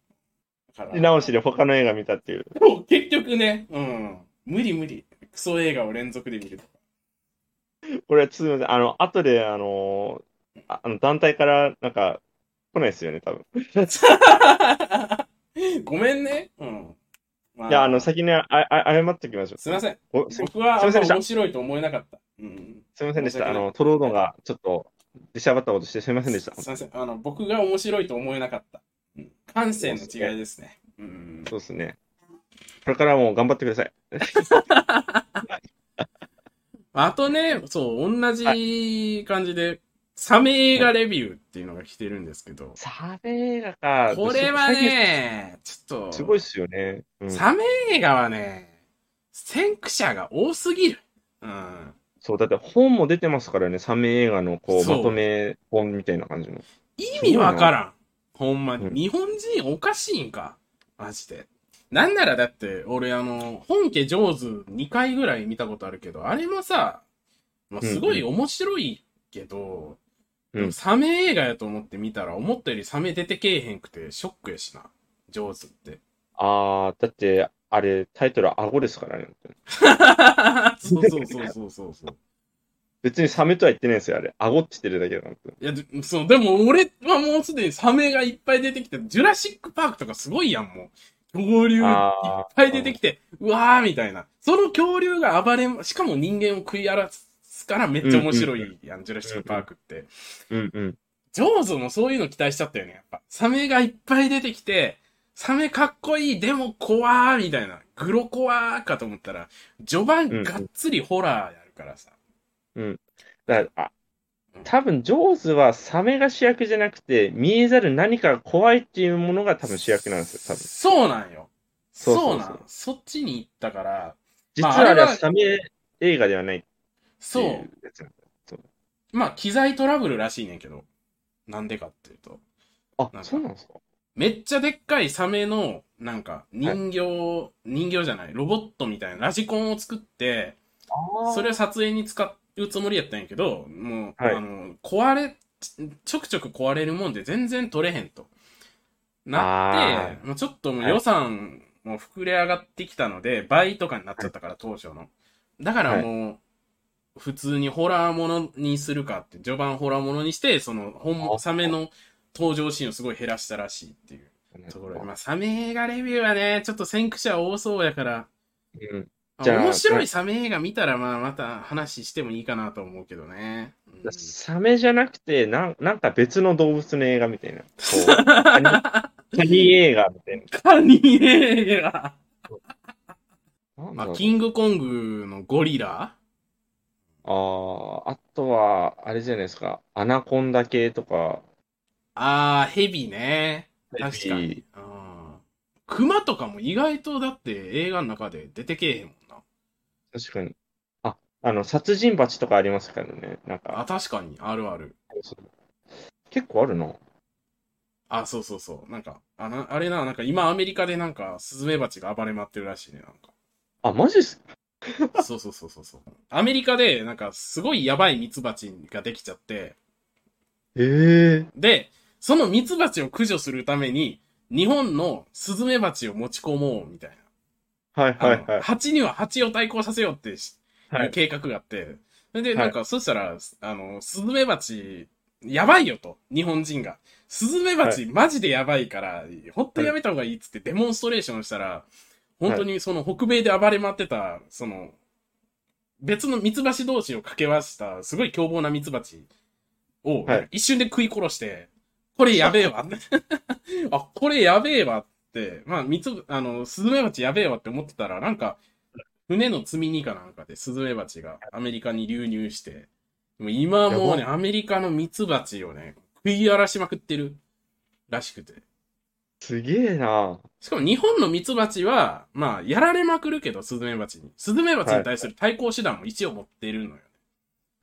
Speaker 1: から
Speaker 2: 手直しで他の映画見たっていう。
Speaker 1: でも結局ね、うん。無理無理。クソ映画を連続で見ると か。
Speaker 2: 俺はすみません。あの、後で、あのーああの団体から、なんか、来ないですよね、多分。
Speaker 1: ごめんね。うん。ま
Speaker 2: いや、あの、先にあ、あ、あ謝っておきましょう。
Speaker 1: すいません。
Speaker 2: おす
Speaker 1: 僕はあん
Speaker 2: すいませ
Speaker 1: ま
Speaker 2: んでした
Speaker 1: 面白いと思えなかった。うん。
Speaker 2: すみませんでし
Speaker 1: 申し訳
Speaker 2: た。あ
Speaker 1: ない
Speaker 2: の、トロードがちょっと、出しゃばったことしてすみませんでした。
Speaker 1: すいません。あの、僕が面白いと思えなかった。うん感性の違いですね。うん。
Speaker 2: そうですね。これからも頑張ってください。
Speaker 1: あとね、そう、同じ感じで、サメ映画レビューっていうのが来てるんですけど、
Speaker 2: サメ映画か。
Speaker 1: これは、ね、ちょっと、
Speaker 2: すごいっすよね。うん、
Speaker 1: サメ映画はね、先駆者が多すぎる。うん。
Speaker 2: そう、だって本も出てますからね、サメ映画のこう
Speaker 1: そう
Speaker 2: まとめ本みたいな感じの。
Speaker 1: 意味わからん。ほんま
Speaker 2: う
Speaker 1: に。
Speaker 2: ん
Speaker 1: 日本人おかしいんか。マジで。なんならだって、俺あの、本家上手2回ぐらい見たことあるけど、あれもさ、まあ、すごい面白いけど、
Speaker 2: うん
Speaker 1: でもサメ映画やと思って見たら、思ったよりサメ出てけえへんくて、ショックやしな。上手っ て。
Speaker 2: あー、だって、あれ、タイトルは顎ですからね。
Speaker 1: そうそうそうそうそうそう。
Speaker 2: 別にサメとは言ってないですよ、あれ。顎って言ってるだけなんで。
Speaker 1: いや、でそう、でも俺はもうすでにサメがいっぱい出てきて、ジュラシックパークとかすごいやん、もう。恐竜いっ
Speaker 2: あー
Speaker 1: ぱい出てきて、うわーみたいな。その恐竜が暴れん、しかも人間を食い荒らすからめっちゃ面白いやん、ジュラシックパークって。
Speaker 2: うんうん。
Speaker 1: ジョーズもそういうの期待しちゃったよね、やっぱ。サメがいっぱい出てきて、サメかっこいい、でも怖ーみたいな。グロ怖ーかと思ったら、序盤がっつりホラーやるからさ。
Speaker 2: だから、あ多分、ジョーズはサメが主役じゃなくて、見えざる何かが怖いっていうものが多分主役なんですよ、多分。
Speaker 1: そうなんよ。
Speaker 2: そう
Speaker 1: そ
Speaker 2: そううそう
Speaker 1: なん。そっちに行ったから、
Speaker 2: 実は
Speaker 1: まあ
Speaker 2: あれ
Speaker 1: あれ
Speaker 2: は
Speaker 1: は
Speaker 2: サメ映画ではないって
Speaker 1: そ。
Speaker 2: いうやつなんだ
Speaker 1: まあ、機材トラブルらしいねんけど。なんでかっていうと。なん
Speaker 2: あ、
Speaker 1: か
Speaker 2: そうなんですか
Speaker 1: めっちゃでっかいサメの、なんか、人形、人形じゃない、ロボットみたいな、ラジコンを作って、
Speaker 2: あー
Speaker 1: それを撮影に使うつもりやったんやけど、もう、
Speaker 2: はい
Speaker 1: あの、壊れ、ちょくちょく壊れるもんで全然撮れへんと。なって、もうちょっともう予算も膨れ上がってきたので、倍とかになっちゃったから、当初の。だからもう、普通にホラーものにするかって、序盤ホラーものにして、その、ほんま
Speaker 2: あ
Speaker 1: サメの登場シーンをすごい減らしたらしいっていうところで、
Speaker 2: ま
Speaker 1: まあ、サメ映画レビューはね、ちょっと先駆者多そうやから、
Speaker 2: うん、
Speaker 1: まあ
Speaker 2: じゃあ
Speaker 1: 面白いサメ映画見たら、まあ、また話してもいいかなと思うけどね。うん
Speaker 2: サメじゃなくてなん、なんか別の動物の映画み たいな。こうカニカニ映画みたい
Speaker 1: カニ映画
Speaker 2: な。なんだ
Speaker 1: ま
Speaker 2: ろ
Speaker 1: あ、
Speaker 2: う
Speaker 1: キングコングのゴリラ
Speaker 2: ああ、あとは、あれじゃないですか、アナコンダ系とか、
Speaker 1: あー、ヘビね。確かに。うんクマとかも意外とだって映画の中で出てけえへんもんな。
Speaker 2: 確かに。あ、あの、殺人蜂とかありますからね。なん
Speaker 1: あ、
Speaker 2: か、
Speaker 1: 確かに、あるある。
Speaker 2: 結構あるな。
Speaker 1: あ、そうそうそう。なんか、あなあれな、なんか今アメリカでなんかスズメバチが暴れまってるらしいね。な
Speaker 2: あ、マジっすか
Speaker 1: んか。そうそうそうそうそう。アメリカでなんかすごいやばいミツバチができちゃって、
Speaker 2: ええ
Speaker 1: で、そのミツバチを駆除するために、日本のスズメバチを持ち込もうみたいな。
Speaker 2: はい
Speaker 1: あ
Speaker 2: は
Speaker 1: の
Speaker 2: いはい。
Speaker 1: 蜂には蜂を対抗させようってし、
Speaker 2: はい
Speaker 1: いう計画があって。それで、なんか、そしたら、あの、スズメバチ、やばいよと、日本人が。スズメバチ、マジでやばいから、ほんとやめた方がいいっつってデモンストレーションしたら、本当にその北米で暴れ回ってた、その、別のミツバチ同士を掛け合わせた、すごい凶暴なミツバチを
Speaker 2: はい、
Speaker 1: 一瞬で食い殺して、これやべえ わ。あ、これやべえわって、まあ、みつ、あの、スズメバチやべえわって思ってたら、なんか、船の積み荷かなんかでスズメバチがアメリカに流入して、もう今もうね、アメリカのミツバチをね、食い荒らしまくってるらしくて。
Speaker 2: すげえな。
Speaker 1: しかも日本のミツバチは、まあ、やられまくるけど、スズメバチに。スズメバチに対する対抗手段も一応持ってるのよ。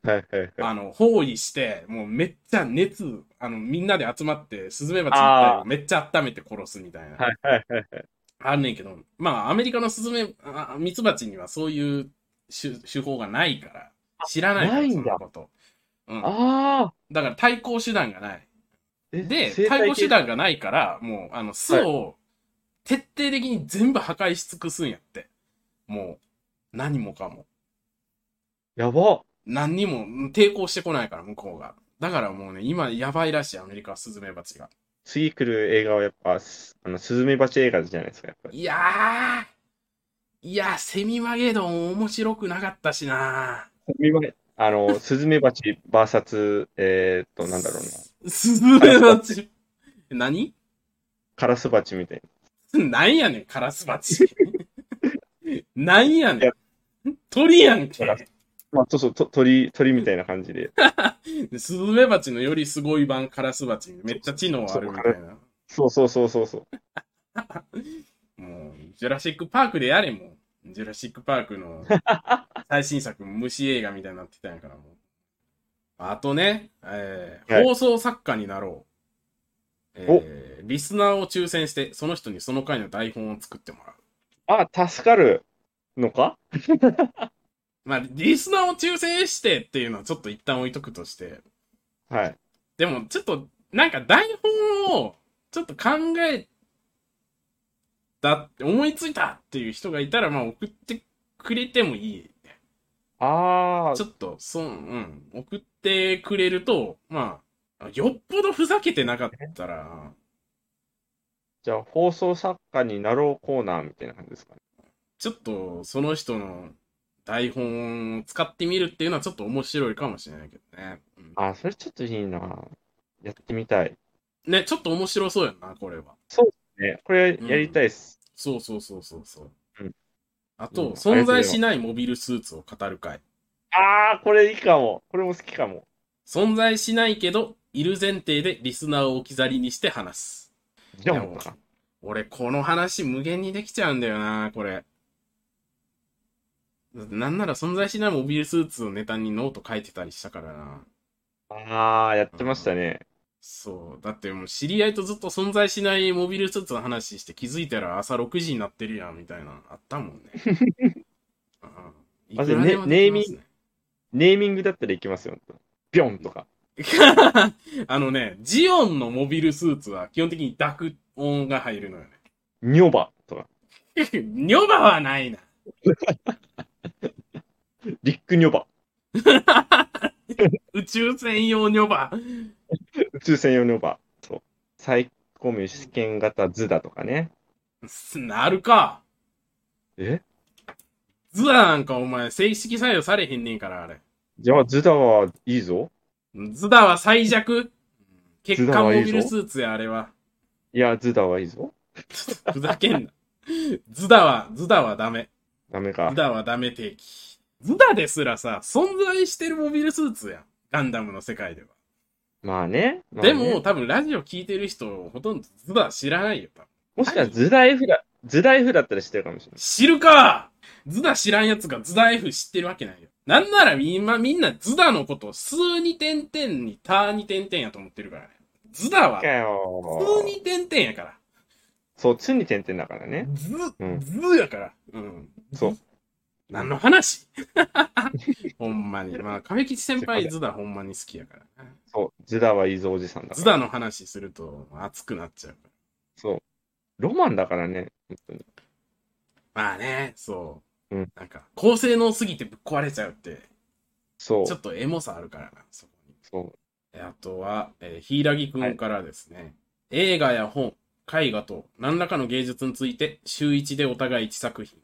Speaker 2: はいはいはい。
Speaker 1: あの、包囲して、もうめっちゃ熱、あの、みんなで集まって、スズメバチ1体をめっちゃ温めて殺すみたいな。
Speaker 2: はいはいはい。
Speaker 1: あんねんけど、まあ、アメリカのスズメ、あミツバチにはそういう手手法がないから、知らないから、
Speaker 2: ないん
Speaker 1: そ
Speaker 2: だ
Speaker 1: のこと。うん。
Speaker 2: ああ、
Speaker 1: だから対抗手段がない。
Speaker 2: え
Speaker 1: で、
Speaker 2: 生態
Speaker 1: 対抗
Speaker 2: 系
Speaker 1: 手段がないから、もう、あの、巣を徹底的に全部破壊し尽くすんやって。もう、何もかも。
Speaker 2: やば。
Speaker 1: 何にも抵抗してこないから、向こうが。だからもうね、今、やばいらしい、アメリカはスズメバチが。
Speaker 2: 次来る映画はやっぱ、すあの、スズメバチ映画じゃないですか、やっぱり。
Speaker 1: いやー、いやー、セミマゲドン面白くなかったしな
Speaker 2: あ の、スズメバチ VS、えーっと、なんだろうな。
Speaker 1: スズメバチ。何
Speaker 2: カラスバチみたい
Speaker 1: なんやねん、カラスバチ。なんやねん。鳥やんけ。
Speaker 2: な。まあ、そうそう、と鳥、鳥みたいな感じで。
Speaker 1: スズメバチのよりすごい版カラスバチ。めっちゃ知能あるみたいな。
Speaker 2: そうそうそうそうそう。
Speaker 1: もう、ジュラシックパークでやれもう。ジュラシックパーク の最新作、虫映画みたいになってたんやからもう。あとね、えー
Speaker 2: はい
Speaker 1: 放送作家になろう。えーリスナーを抽選して、その人にその回の台本を作ってもらう。
Speaker 2: あ、助かるのか
Speaker 1: まあ、リスナーを抽選してっていうのはちょっと一旦置いとくとして、
Speaker 2: はい。
Speaker 1: でもちょっと、なんか台本をちょっと考えた、思いついたっていう人がいたら、まあ送ってくれてもいい。
Speaker 2: あ
Speaker 1: ちょっと、そう、うん、送ってくれると、まあ、よっぽどふざけてなかったら、
Speaker 2: じゃあ放送作家になろうコーナーみたいな感じですかね。
Speaker 1: ちょっとその人の台本を使ってみるっていうのはちょっと面白いかもしれないけどね。うん
Speaker 2: あー、それちょっといいな。やってみたい。
Speaker 1: ね、ちょっと面白そうやな、これは。
Speaker 2: ね、これやりたいっす。
Speaker 1: そうそうそうそうそう。
Speaker 2: うん
Speaker 1: あ
Speaker 2: うん
Speaker 1: と、存在しないモビルスーツを語る会。
Speaker 2: ああ、これいいかも。これも好きかも。
Speaker 1: 存在しないけど、いる前提でリスナーを置き去りにして話す。
Speaker 2: ジャンプか。
Speaker 1: 俺、この話無限にできちゃうんだよな、これ。なんなら存在しないモビルスーツをネタにノート書いてたりしたからな。
Speaker 2: ああ、やってましたね。
Speaker 1: そう。だってもう知り合いとずっと存在しないモビルスーツの話して気づいたら朝6時になってるやんみたいな、あったもんね。うんいくらでもできますね
Speaker 2: ネーミングだったらいきますよ。ビョンとか。
Speaker 1: あのね、ジオンのモビルスーツは基本的に濁音が入るのよね。
Speaker 2: ニョバとか。
Speaker 1: ニョバはないな。
Speaker 2: リックニョバ。
Speaker 1: 宇宙専用ニョバ。
Speaker 2: 宇宙船用のバー。そう。最高名試験型図だとかね。
Speaker 1: なるか。
Speaker 2: え
Speaker 1: ズダなんかお前、正式採用されへんねんから、あれ。
Speaker 2: じゃあ図だはいいぞ。
Speaker 1: ズダは最弱。血
Speaker 2: ズダ
Speaker 1: 管モ
Speaker 2: はいいぞ
Speaker 1: ビルスーツや、あれは。
Speaker 2: いや、図だはいいぞ。
Speaker 1: ふざけんな。ズダは、ズダはダメ。
Speaker 2: ダメか
Speaker 1: ズ。ダはダメ定期。ズダですらさ、存在してるモビルスーツやん。ガンダムの世界では。
Speaker 2: まあね。まあ
Speaker 1: で
Speaker 2: ね
Speaker 1: も、、多分ラジオ聞いてる人、ほとんどズダ知らないよ、多分。
Speaker 2: もしかしたら図だ F だ、図だ F だったら知ってるかもしれない。
Speaker 1: 知るかズダ知らんやつがズダ F 知ってるわけないよ。なんなら今みんなズダのことを数に点々にターに点々やと思ってるからね。ズダは
Speaker 2: かよ
Speaker 1: 数に点々やから。
Speaker 2: そう、つに点々だからね。
Speaker 1: ズ、
Speaker 2: うん
Speaker 1: ズやから。うん。
Speaker 2: そう。
Speaker 1: 何の話 ほんまに。まあ、亀吉先
Speaker 2: すい
Speaker 1: 輩
Speaker 2: ま
Speaker 1: ズダほんまに好きやからな。
Speaker 2: そう、ズダはいいぞおじさんだから。
Speaker 1: ズダの話すると熱くなっちゃうから。
Speaker 2: そう。ロマンだからね。本当に
Speaker 1: まあね、そう。
Speaker 2: うん
Speaker 1: なんか、高性能すぎてぶっ壊れちゃうって、
Speaker 2: そ
Speaker 1: ちょ
Speaker 2: う
Speaker 1: っ。とエモさあるからな、そこに。
Speaker 2: そう。
Speaker 1: えあとは、えー、柊くんからですね、映画や本、絵画と何らかの芸術について週一でお互い一作品。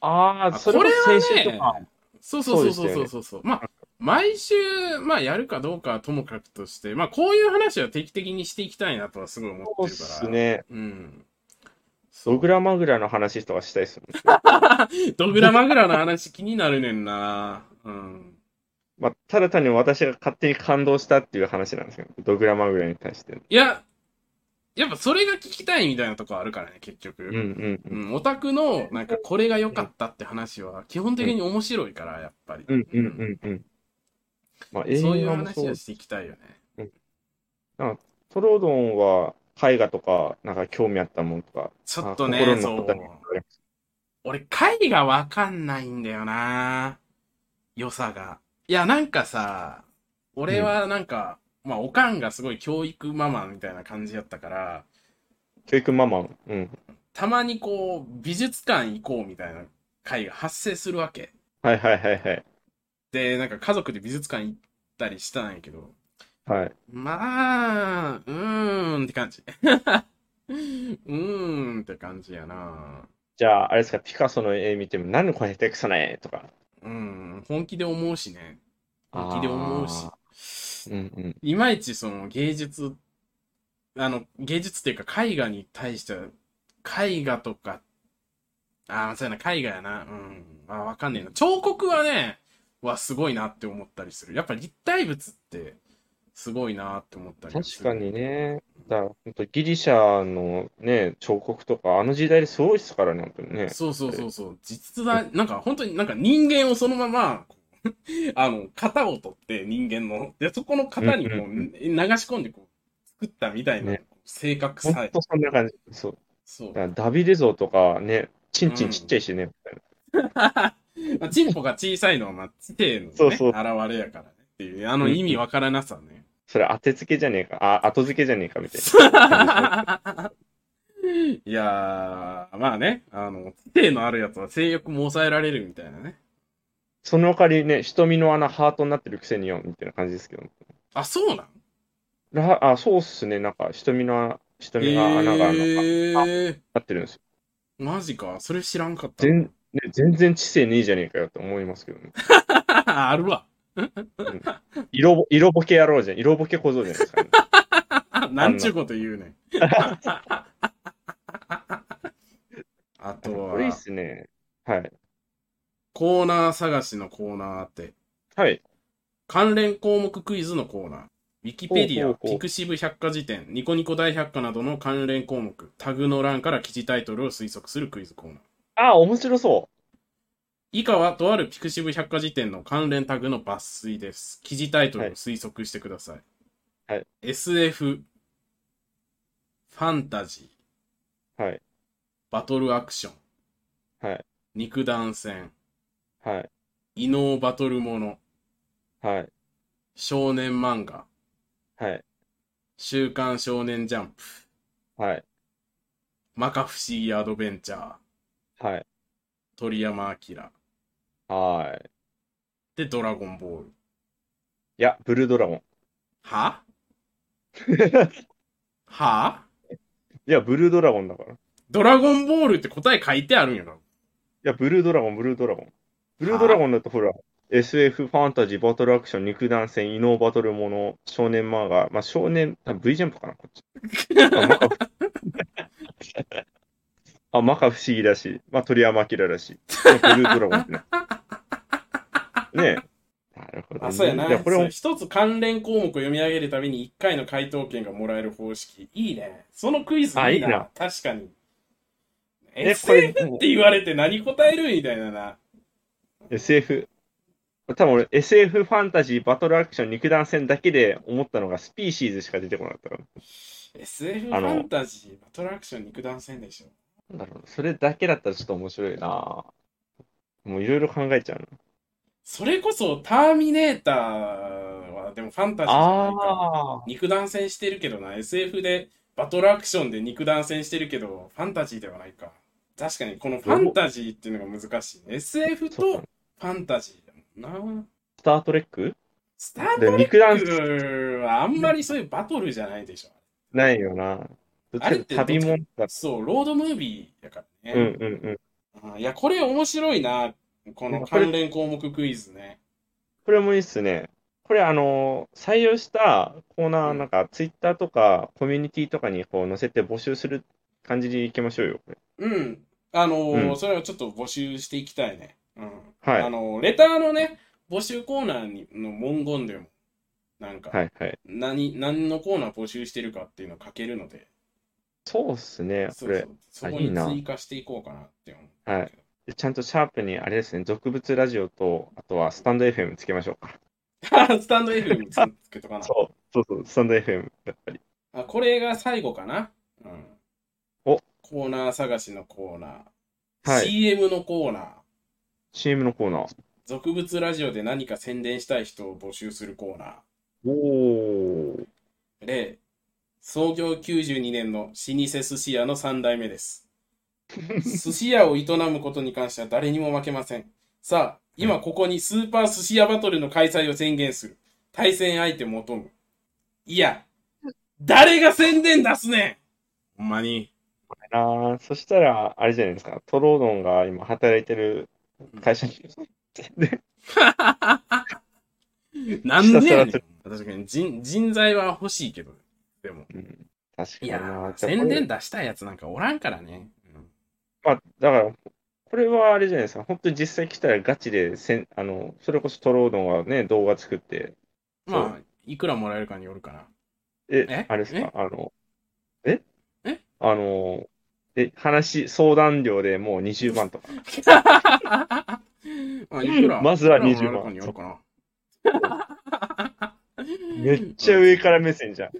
Speaker 2: ああ、
Speaker 1: あ
Speaker 2: それも
Speaker 1: これ
Speaker 2: 青春と
Speaker 1: は
Speaker 2: か
Speaker 1: ね。、そうそうそ
Speaker 2: そうう
Speaker 1: そうそ
Speaker 2: です
Speaker 1: う
Speaker 2: よね
Speaker 1: そうそう、まあ、毎週、まあ、やるかどうかはともかくとして、まあ、こういう話は定期的にしていきたいなとはすごい思
Speaker 2: そう
Speaker 1: っ
Speaker 2: って
Speaker 1: るから。
Speaker 2: すね。
Speaker 1: うん。そ
Speaker 2: ド
Speaker 1: う
Speaker 2: グラマグラの話とかしたいっすもん。
Speaker 1: ドグラマグラの話気になるねんな。うん。
Speaker 2: まあ、ただ単に私が勝手に感動したっていう話なんですけど、ドグラマグラに対して。
Speaker 1: いや、やっぱそれが聞きたいみたいなとこあるからね、結局。
Speaker 2: うんうんう。
Speaker 1: うんん、オタクのなんかこれが良かったって話は基本的に面白いからやっぱり、
Speaker 2: うんうんうんうん。まあ、
Speaker 1: そうい
Speaker 2: 映
Speaker 1: う
Speaker 2: 画もそ
Speaker 1: 話
Speaker 2: う
Speaker 1: は。していきたいよね
Speaker 2: トロードンは絵画とか、なんか興味あったものとか、
Speaker 1: ちょっと
Speaker 2: あ
Speaker 1: ね
Speaker 2: 心に
Speaker 1: そ
Speaker 2: 残
Speaker 1: う
Speaker 2: ったね
Speaker 1: 俺絵がわかんないんだよな良さがいやなんかさ俺はなんか、まあおかんがすごい教育ママみたいな感じやったから
Speaker 2: 教育ママ、うん。
Speaker 1: たまにこう美術館行こうみたいな会が発生するわけ
Speaker 2: はいはいはいはい。
Speaker 1: でなんか家族で美術館行ったりしたんやけど
Speaker 2: はい。
Speaker 1: まあ、うーんって感じ。 うーんって感じやな。
Speaker 2: じゃあ、あれですか、ピカソの絵見ても、何これ下手くそな絵とか。
Speaker 1: うん、本気で思うしね。本気で思うし
Speaker 2: あ。うんうん。
Speaker 1: いまいちその芸術、あの、芸術っていうか絵画に対しては、絵画とか、ああ、そうやな、絵画やな。うん。あーわかんねえな。彫刻はね、はすごいなって思ったりする。やっぱ立体物って、すごいなって思ったり
Speaker 2: 確
Speaker 1: する。
Speaker 2: かにね。だから、本当ギリシャのね、彫刻とか、あの時代ですごいですからね、本当 にね。
Speaker 1: そうそうそうそう。実在、なんか本当になんか人間をそのまま、 こうあの、型を取って人間の、で、そこの型にこう、
Speaker 2: うんうんうん
Speaker 1: 流し込んでこう、作ったみたいな
Speaker 2: ね
Speaker 1: 正確
Speaker 2: 本
Speaker 1: さえ。
Speaker 2: 当そんな感じ。そう。
Speaker 1: そう
Speaker 2: だか。らダビデ像とかね、チンチンちっちゃいしね、みたいな。
Speaker 1: まあ、チンポが小さいのは、まあ、知性のね、
Speaker 2: そうそう
Speaker 1: 現れやからね。っていう、あの意味わからなさ ね。
Speaker 2: それ当て付けじゃねえか、あ、後付けじゃねえか、みたい
Speaker 1: いやー、まあね、あの、知性のあるやつは性欲も抑えられるみたいなね。
Speaker 2: その代わりね、瞳の穴ハートになってるくせによ、みたいな感じですけど。
Speaker 1: あ、そうなん
Speaker 2: らあ、そうっすね、なんか、瞳の、瞳が穴がなんか、
Speaker 1: えー
Speaker 2: なってるんですよ。
Speaker 1: マジか、それ知らんかった。
Speaker 2: 全、ね、全然知性ねえじゃねえかよって思いますけどね。
Speaker 1: あるわ。
Speaker 2: 色ぼ、色ボケ野郎じゃん。色ボケ小僧じゃないですか、ね。
Speaker 1: なんちゅうこと言うねん。あと
Speaker 2: これいいっ
Speaker 1: は、
Speaker 2: すね。はい。
Speaker 1: コーナー探しのコーナーあって、
Speaker 2: はい。
Speaker 1: 関連項目クイズのコーナー、ウィキペディ
Speaker 2: ほ
Speaker 1: ア、
Speaker 2: うほうほう
Speaker 1: ピクシブ百科事典、ニコニコ大百科などの関連項目、タグの欄から記事タイトルを推測するクイズコーナー。
Speaker 2: あ、面白そ
Speaker 1: 以下はとあるピクシブ百科事典の関連タグの抜粋です。記事タイトルを推測してください。
Speaker 2: はい
Speaker 1: SF、ファンタジー、
Speaker 2: う。はい。
Speaker 1: バトルアクション、
Speaker 2: はい。
Speaker 1: 肉弾戦、
Speaker 2: はい。
Speaker 1: 異能バトルもの、
Speaker 2: はい。
Speaker 1: 少年漫画、
Speaker 2: はい。
Speaker 1: 週刊少年ジャンプ、
Speaker 2: はい。
Speaker 1: 摩訶不思議アドベンチャー、
Speaker 2: はい。
Speaker 1: 鳥山明、
Speaker 2: はい。
Speaker 1: で、ドラゴンボール。
Speaker 2: いや、ブルードラゴン。
Speaker 1: ははい
Speaker 2: や、ブルードラゴンだから。い
Speaker 1: ドラゴンボールって答え書いてあるんやな。
Speaker 2: や、ブルードラゴン、ブルードラゴン。ブルードラゴンだとほら、SF、ファンタジー、バトルアクション、肉弾戦、異能バトルもの、少年漫画、まあ少年、あ V ジャンプかな、こっち。あ、まかあまか不思議だし、まあ鳥山明だし、まあブルードラゴンってね。 ねえ。なるほど、ね。
Speaker 1: あ、そうやな。
Speaker 2: いこれ
Speaker 1: そう
Speaker 2: も、
Speaker 1: 一つ関連項目を読み上げるために1回の回答権がもらえる方式。いいね。そのクイズいいな。
Speaker 2: あいいな
Speaker 1: 確かに。
Speaker 2: え、これ
Speaker 1: SF って言われて何答えるみたいなな。
Speaker 2: SF。多分俺、SF、ファンタジー、バトルアクション、肉弾戦だけで思ったのがスピーシーズしか出てこなかったから。
Speaker 1: SF フ
Speaker 2: あの
Speaker 1: ァンタジー、バトルアクション、肉弾戦でしょ。
Speaker 2: なんだろう。それだけだったらちょっと面白いなもういろいろ考えちゃうの。
Speaker 1: それこそ、ターミネーターは、でもファンタジーじゃないか。
Speaker 2: ああ。
Speaker 1: 肉弾戦してるけどな。SF で、バトルアクションで肉弾戦してるけど、ファンタジーではないか。確かに、このファンタジーっていうのが難しい。SF
Speaker 2: そう
Speaker 1: と
Speaker 2: か
Speaker 1: ファンタジーだもんな。
Speaker 2: スタートレック
Speaker 1: スター
Speaker 2: で、肉
Speaker 1: ト
Speaker 2: 弾
Speaker 1: レックはあんまりそういうバトルじゃないでしょ。
Speaker 2: ないよな。どっちかというと旅もんだ。
Speaker 1: そう、ロードムービーやから
Speaker 2: うん
Speaker 1: ね。
Speaker 2: うんうん。
Speaker 1: うん、いや、これ面白いな。この関連項目クイズね。
Speaker 2: これもいいっすね。これあのー採用したコーナー、なんか、ツイッターとか、コミュニティとかにこう載せて募集する感じでいきましょうよ、これ。
Speaker 1: うん。あのー
Speaker 2: うん
Speaker 1: それをちょっと募集していきたいね。うん。
Speaker 2: はい
Speaker 1: あのーレターのね、募集コーナーにの文言でも、なんか、
Speaker 2: はいはい。
Speaker 1: 何、何のコーナー募集してるかっていうのを書けるので、
Speaker 2: そうっすね、
Speaker 1: そ
Speaker 2: こ
Speaker 1: う
Speaker 2: れ
Speaker 1: そ。うそこ
Speaker 2: あいい
Speaker 1: に
Speaker 2: な
Speaker 1: 追加していこうかなって思う。
Speaker 2: はい。でちゃんとシャープに、あれですね、俗物ラジオと、あとはスタンド FM つけましょうか。
Speaker 1: スタンド F につけとかな。
Speaker 2: そう、そうそう、スタンド FM、やっぱり。
Speaker 1: あ、これが最後かな。うん。
Speaker 2: お
Speaker 1: コーナー探しのコーナー、
Speaker 2: はい
Speaker 1: CM のコーナー、
Speaker 2: CM のコーナー。
Speaker 1: 俗物ラジオで何か宣伝したい人を募集するコーナ
Speaker 2: おー。
Speaker 1: ー、例、創業92年の老舗寿司屋の3代目 です。寿司屋を営むことに関しては誰にも負けません。さあ、今ここにスーパー寿司屋バトルの開催を宣言する。対戦相手求む。いや、誰が宣伝出すねんほんまに。
Speaker 2: あーそしたら、あれじゃないですか、トロードンが今働いてる会社に、
Speaker 1: なんでやねん
Speaker 2: ひたすらす
Speaker 1: 確かに人人材は欲しいけど、でも。
Speaker 2: うん確か
Speaker 1: い
Speaker 2: に
Speaker 1: や
Speaker 2: な
Speaker 1: ー、
Speaker 2: じゃあこ
Speaker 1: 宣
Speaker 2: れ
Speaker 1: 伝出したいやつなんかおらんからね。うん
Speaker 2: まあ、だから、これはあれじゃないですか、本当に実際来たらガチでせん、あの、それこそトロードンがね、動画作って、
Speaker 1: まあ、いくらもらえるかによるかな。
Speaker 2: え、
Speaker 1: え
Speaker 2: あれです
Speaker 1: え
Speaker 2: か、あの、え
Speaker 1: え
Speaker 2: あの、え、話、相談料でもう20万とか。
Speaker 1: ま あ、いくら。
Speaker 2: まずはい
Speaker 1: くらもらえるか
Speaker 2: 20
Speaker 1: によるかな。
Speaker 2: めっちゃ上から目線じゃん。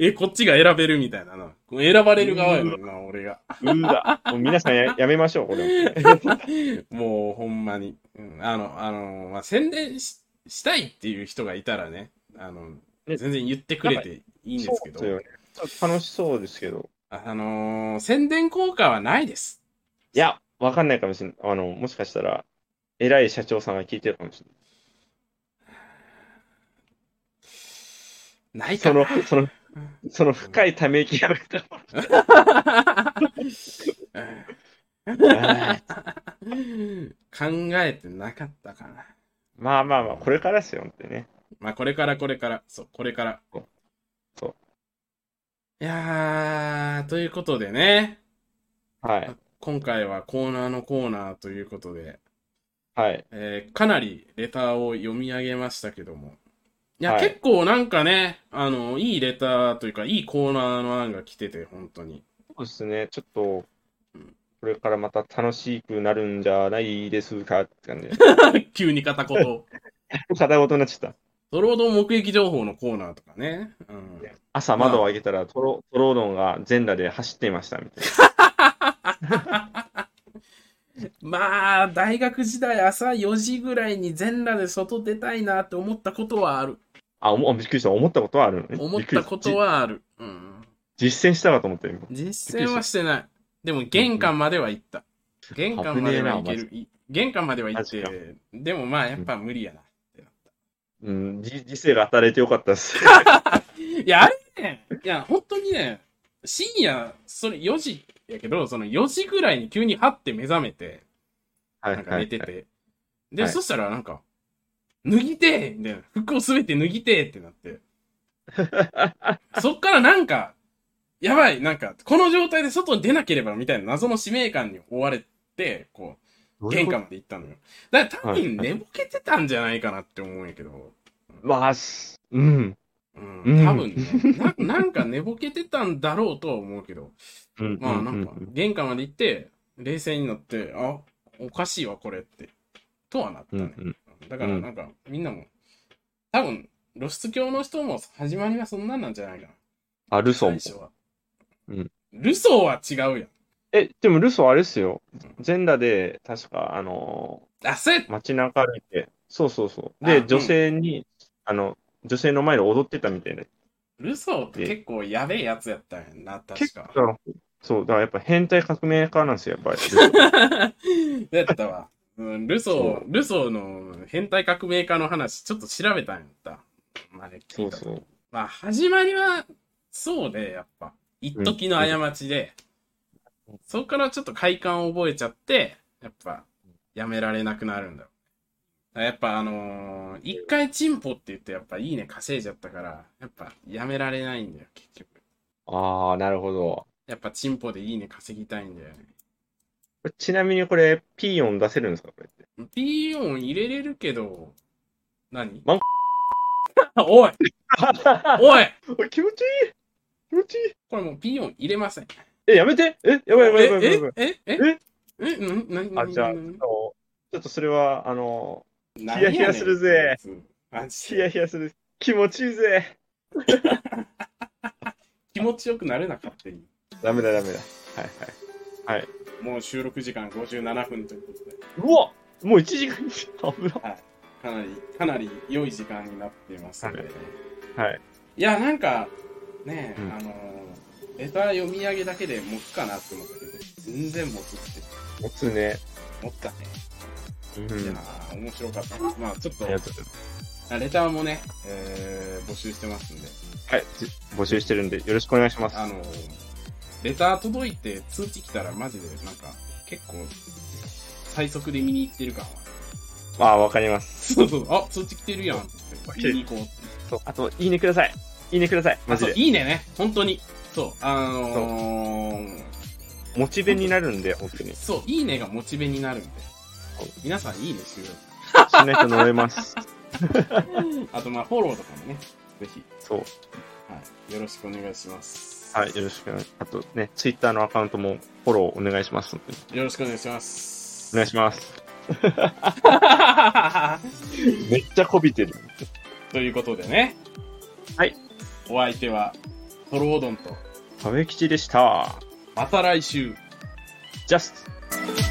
Speaker 1: え、こっちが選べるみたいなな。選ばれる側やもんな、俺が。
Speaker 2: うわ。もう皆さんや、やめましょう、これ。
Speaker 1: もうほんまに。うんあの、あの、まあ、宣伝ししたいっていう人がいたらね、あの、
Speaker 2: ね
Speaker 1: 全然言ってくれていいんですけど、
Speaker 2: そうよねちょっと楽しそうですけど。
Speaker 1: あのー宣伝効果はないです。
Speaker 2: いや、わかんないかもしれない。あの、もしかしたら、偉い社長さんが聞いてるかもしれない。
Speaker 1: ないか
Speaker 2: そ
Speaker 1: な
Speaker 2: の、その、その深いため息が出た。あー
Speaker 1: 考えてなかったかな。
Speaker 2: まあまあまあ、これからですよ、本当にね。
Speaker 1: まあ、これからこれから、そう、これから。
Speaker 2: そう
Speaker 1: いやー、ということでね、
Speaker 2: はい。
Speaker 1: 今回はコーナーのコーナーということで、
Speaker 2: はい。
Speaker 1: えーかなりレターを読み上げましたけども。いや、
Speaker 2: はい
Speaker 1: 結構なんかね、あの、いいレターというか、いいコーナーの案が来てて、本当に。
Speaker 2: そうですね、ちょっと
Speaker 1: うん、
Speaker 2: これからまた楽しくなるんじゃないですかって感じで。
Speaker 1: 急に片言。
Speaker 2: 片言になっちゃった。
Speaker 1: ドロードン目撃情報のコーナーとかね。うん。
Speaker 2: 朝窓を開けたらトロ、トロードンが全裸で走っていましたみたい
Speaker 1: まあ、大学時代朝4時ぐらいに全裸で外出たいなって思ったことはある。
Speaker 2: な。あ、おもびっくりした。思ったことはあるのね。
Speaker 1: 思っ
Speaker 2: びくり
Speaker 1: た
Speaker 2: し
Speaker 1: こと。はある。うん。
Speaker 2: じ実践したかと思ったよ。今
Speaker 1: 実践はしてない。でも玄関までは行った。玄関までは行ける。い玄関までは行っ
Speaker 2: 確
Speaker 1: て、でもまあやっぱ無理やなってなっ
Speaker 2: うん、じ時世が働いてよかっ たです。
Speaker 1: た。いや、あれね、いや、本当にね、深夜、それ4時やけど、その4時ぐらいに急にはって目覚めて、
Speaker 2: は
Speaker 1: な
Speaker 2: いは
Speaker 1: ん
Speaker 2: い
Speaker 1: か
Speaker 2: は
Speaker 1: 寝
Speaker 2: い
Speaker 1: てて。で、
Speaker 2: はい
Speaker 1: そしたらなんか、脱ぎてーみたいな。服をすべて脱ぎてーってなって。そっからなんか、やばい、なんか、この状態で外に出なければみたいな謎の使命感に追われて、こう、玄関まで行ったのよ。だから多分
Speaker 2: はい
Speaker 1: 寝ぼけてたんじゃないかなって思うんやけど。
Speaker 2: まあ、すうん。
Speaker 1: うん、多分ね、ななんか寝ぼけてたんだろうとは思うけど、
Speaker 2: うん
Speaker 1: まあなんか
Speaker 2: うんうん、
Speaker 1: 玄関まで行って、冷静になって、あ、おかしいわ、これって。とはなった
Speaker 2: うん
Speaker 1: ね。
Speaker 2: うん
Speaker 1: だからなんか、みんなも、多分、露出狂の人も始まりはそんなんなんじゃないかな。
Speaker 2: あ、ルソー
Speaker 1: 最
Speaker 2: も。
Speaker 1: 初は。
Speaker 2: うん
Speaker 1: ルソーは違うやん。
Speaker 2: え、でもルソーあれっすよ。全裸で、確か、あの
Speaker 1: あ、そうや
Speaker 2: ー、街中歩いて、そうそうそう。
Speaker 1: あ
Speaker 2: で、
Speaker 1: うん
Speaker 2: 女性に、あの、女性の前で踊ってたみたいな。
Speaker 1: ルソーって結構やべえやつやったんやな、確
Speaker 2: 結
Speaker 1: か。
Speaker 2: 構、そう、だからやっぱ変態革命家なんですよ、やっぱ り。
Speaker 1: やったわ。うん、ルソー、ルソーの変態革命家の話、ちょっと調べたんやった。まあね、聞
Speaker 2: そ
Speaker 1: いうたと
Speaker 2: そう。
Speaker 1: まあ、始まりは、そうで、やっぱ。一時の過ちで、
Speaker 2: うん
Speaker 1: そこからちょっと快感を覚えちゃって、やっぱ、やめられなくなるんだよ。だからやっぱあのー一回チンポって言って、やっぱいいね稼いじゃったから、やっぱやめられないんだよ、結局。
Speaker 2: ああ、なるほど。
Speaker 1: やっぱチンポでいいね稼ぎたいんだよね。
Speaker 2: ちなみにこれ、ピーヨン出せるんですかこ れ って。
Speaker 1: ピーヨン入れれるけど、何
Speaker 2: マン
Speaker 1: おいおい
Speaker 2: おい気持ちいい気持ちいい
Speaker 1: これもうピーヨン入れません。
Speaker 2: え、やめてえ、やばいやばいやばいやばいやばい。
Speaker 1: ええええええななな
Speaker 2: あ、じゃあ、あ
Speaker 1: な
Speaker 2: のちょっとそれは、あの、
Speaker 1: ヒ
Speaker 2: ヤヒヤするぜ。
Speaker 1: マ
Speaker 2: ヒ
Speaker 1: ジ
Speaker 2: ヤ
Speaker 1: で
Speaker 2: ヒヤする。気持ちいいぜ。
Speaker 1: 気持ちよくなれなかったに。
Speaker 2: ダメだ、ダメだ。はいはい。はい。
Speaker 1: もう収録時間57分ということで、
Speaker 2: うわもう1時間に危
Speaker 1: かなり、かなり良い時間になっていますので、ね。
Speaker 2: な。はい。
Speaker 1: いや、なんか、ねえ、
Speaker 2: うん
Speaker 1: あのー、レター読み上げだけで持つかなって思ったけど、全然持つって
Speaker 2: 持つね。
Speaker 1: 持ったね。
Speaker 2: うん。
Speaker 1: いやー、面白かった。まあちょっと
Speaker 2: あり、がとうございます。
Speaker 1: レターもね、えー募集してますんで、
Speaker 2: はい。じ募集してるんで、よろしくお願いします。
Speaker 1: あの、レター届いて通知来たらマジでなんか結構最速で見に行ってる感は。
Speaker 2: ああ、わかります。
Speaker 1: そうそう、あ、通知来てるやんって見に行こうって。
Speaker 2: そう。あと、いいねください。いいねください。マジ
Speaker 1: あ
Speaker 2: で
Speaker 1: そう。いいねね、本当に。そう、あのー、
Speaker 2: モチベになるんで、本当に。し
Speaker 1: そう、いいねがモチベになるんで
Speaker 2: そう。
Speaker 1: 皆さんいいねしてくだ
Speaker 2: ないと呪います。
Speaker 1: さい。あとまあフォローとかもね、ぜひ、
Speaker 2: そう。
Speaker 1: はい、よろしくお願いします。
Speaker 2: はい、よろしくお願い。あとね、ツイッターのアカウントもフォローお願いしますので。
Speaker 1: よろしくお願いします。
Speaker 2: お願いします。
Speaker 1: ます。
Speaker 2: めっちゃこびてる。
Speaker 1: ということでね。
Speaker 2: はい。
Speaker 1: お相手は、トロオドンと、
Speaker 2: 壁吉でした。
Speaker 1: また来週。
Speaker 2: ジャスト。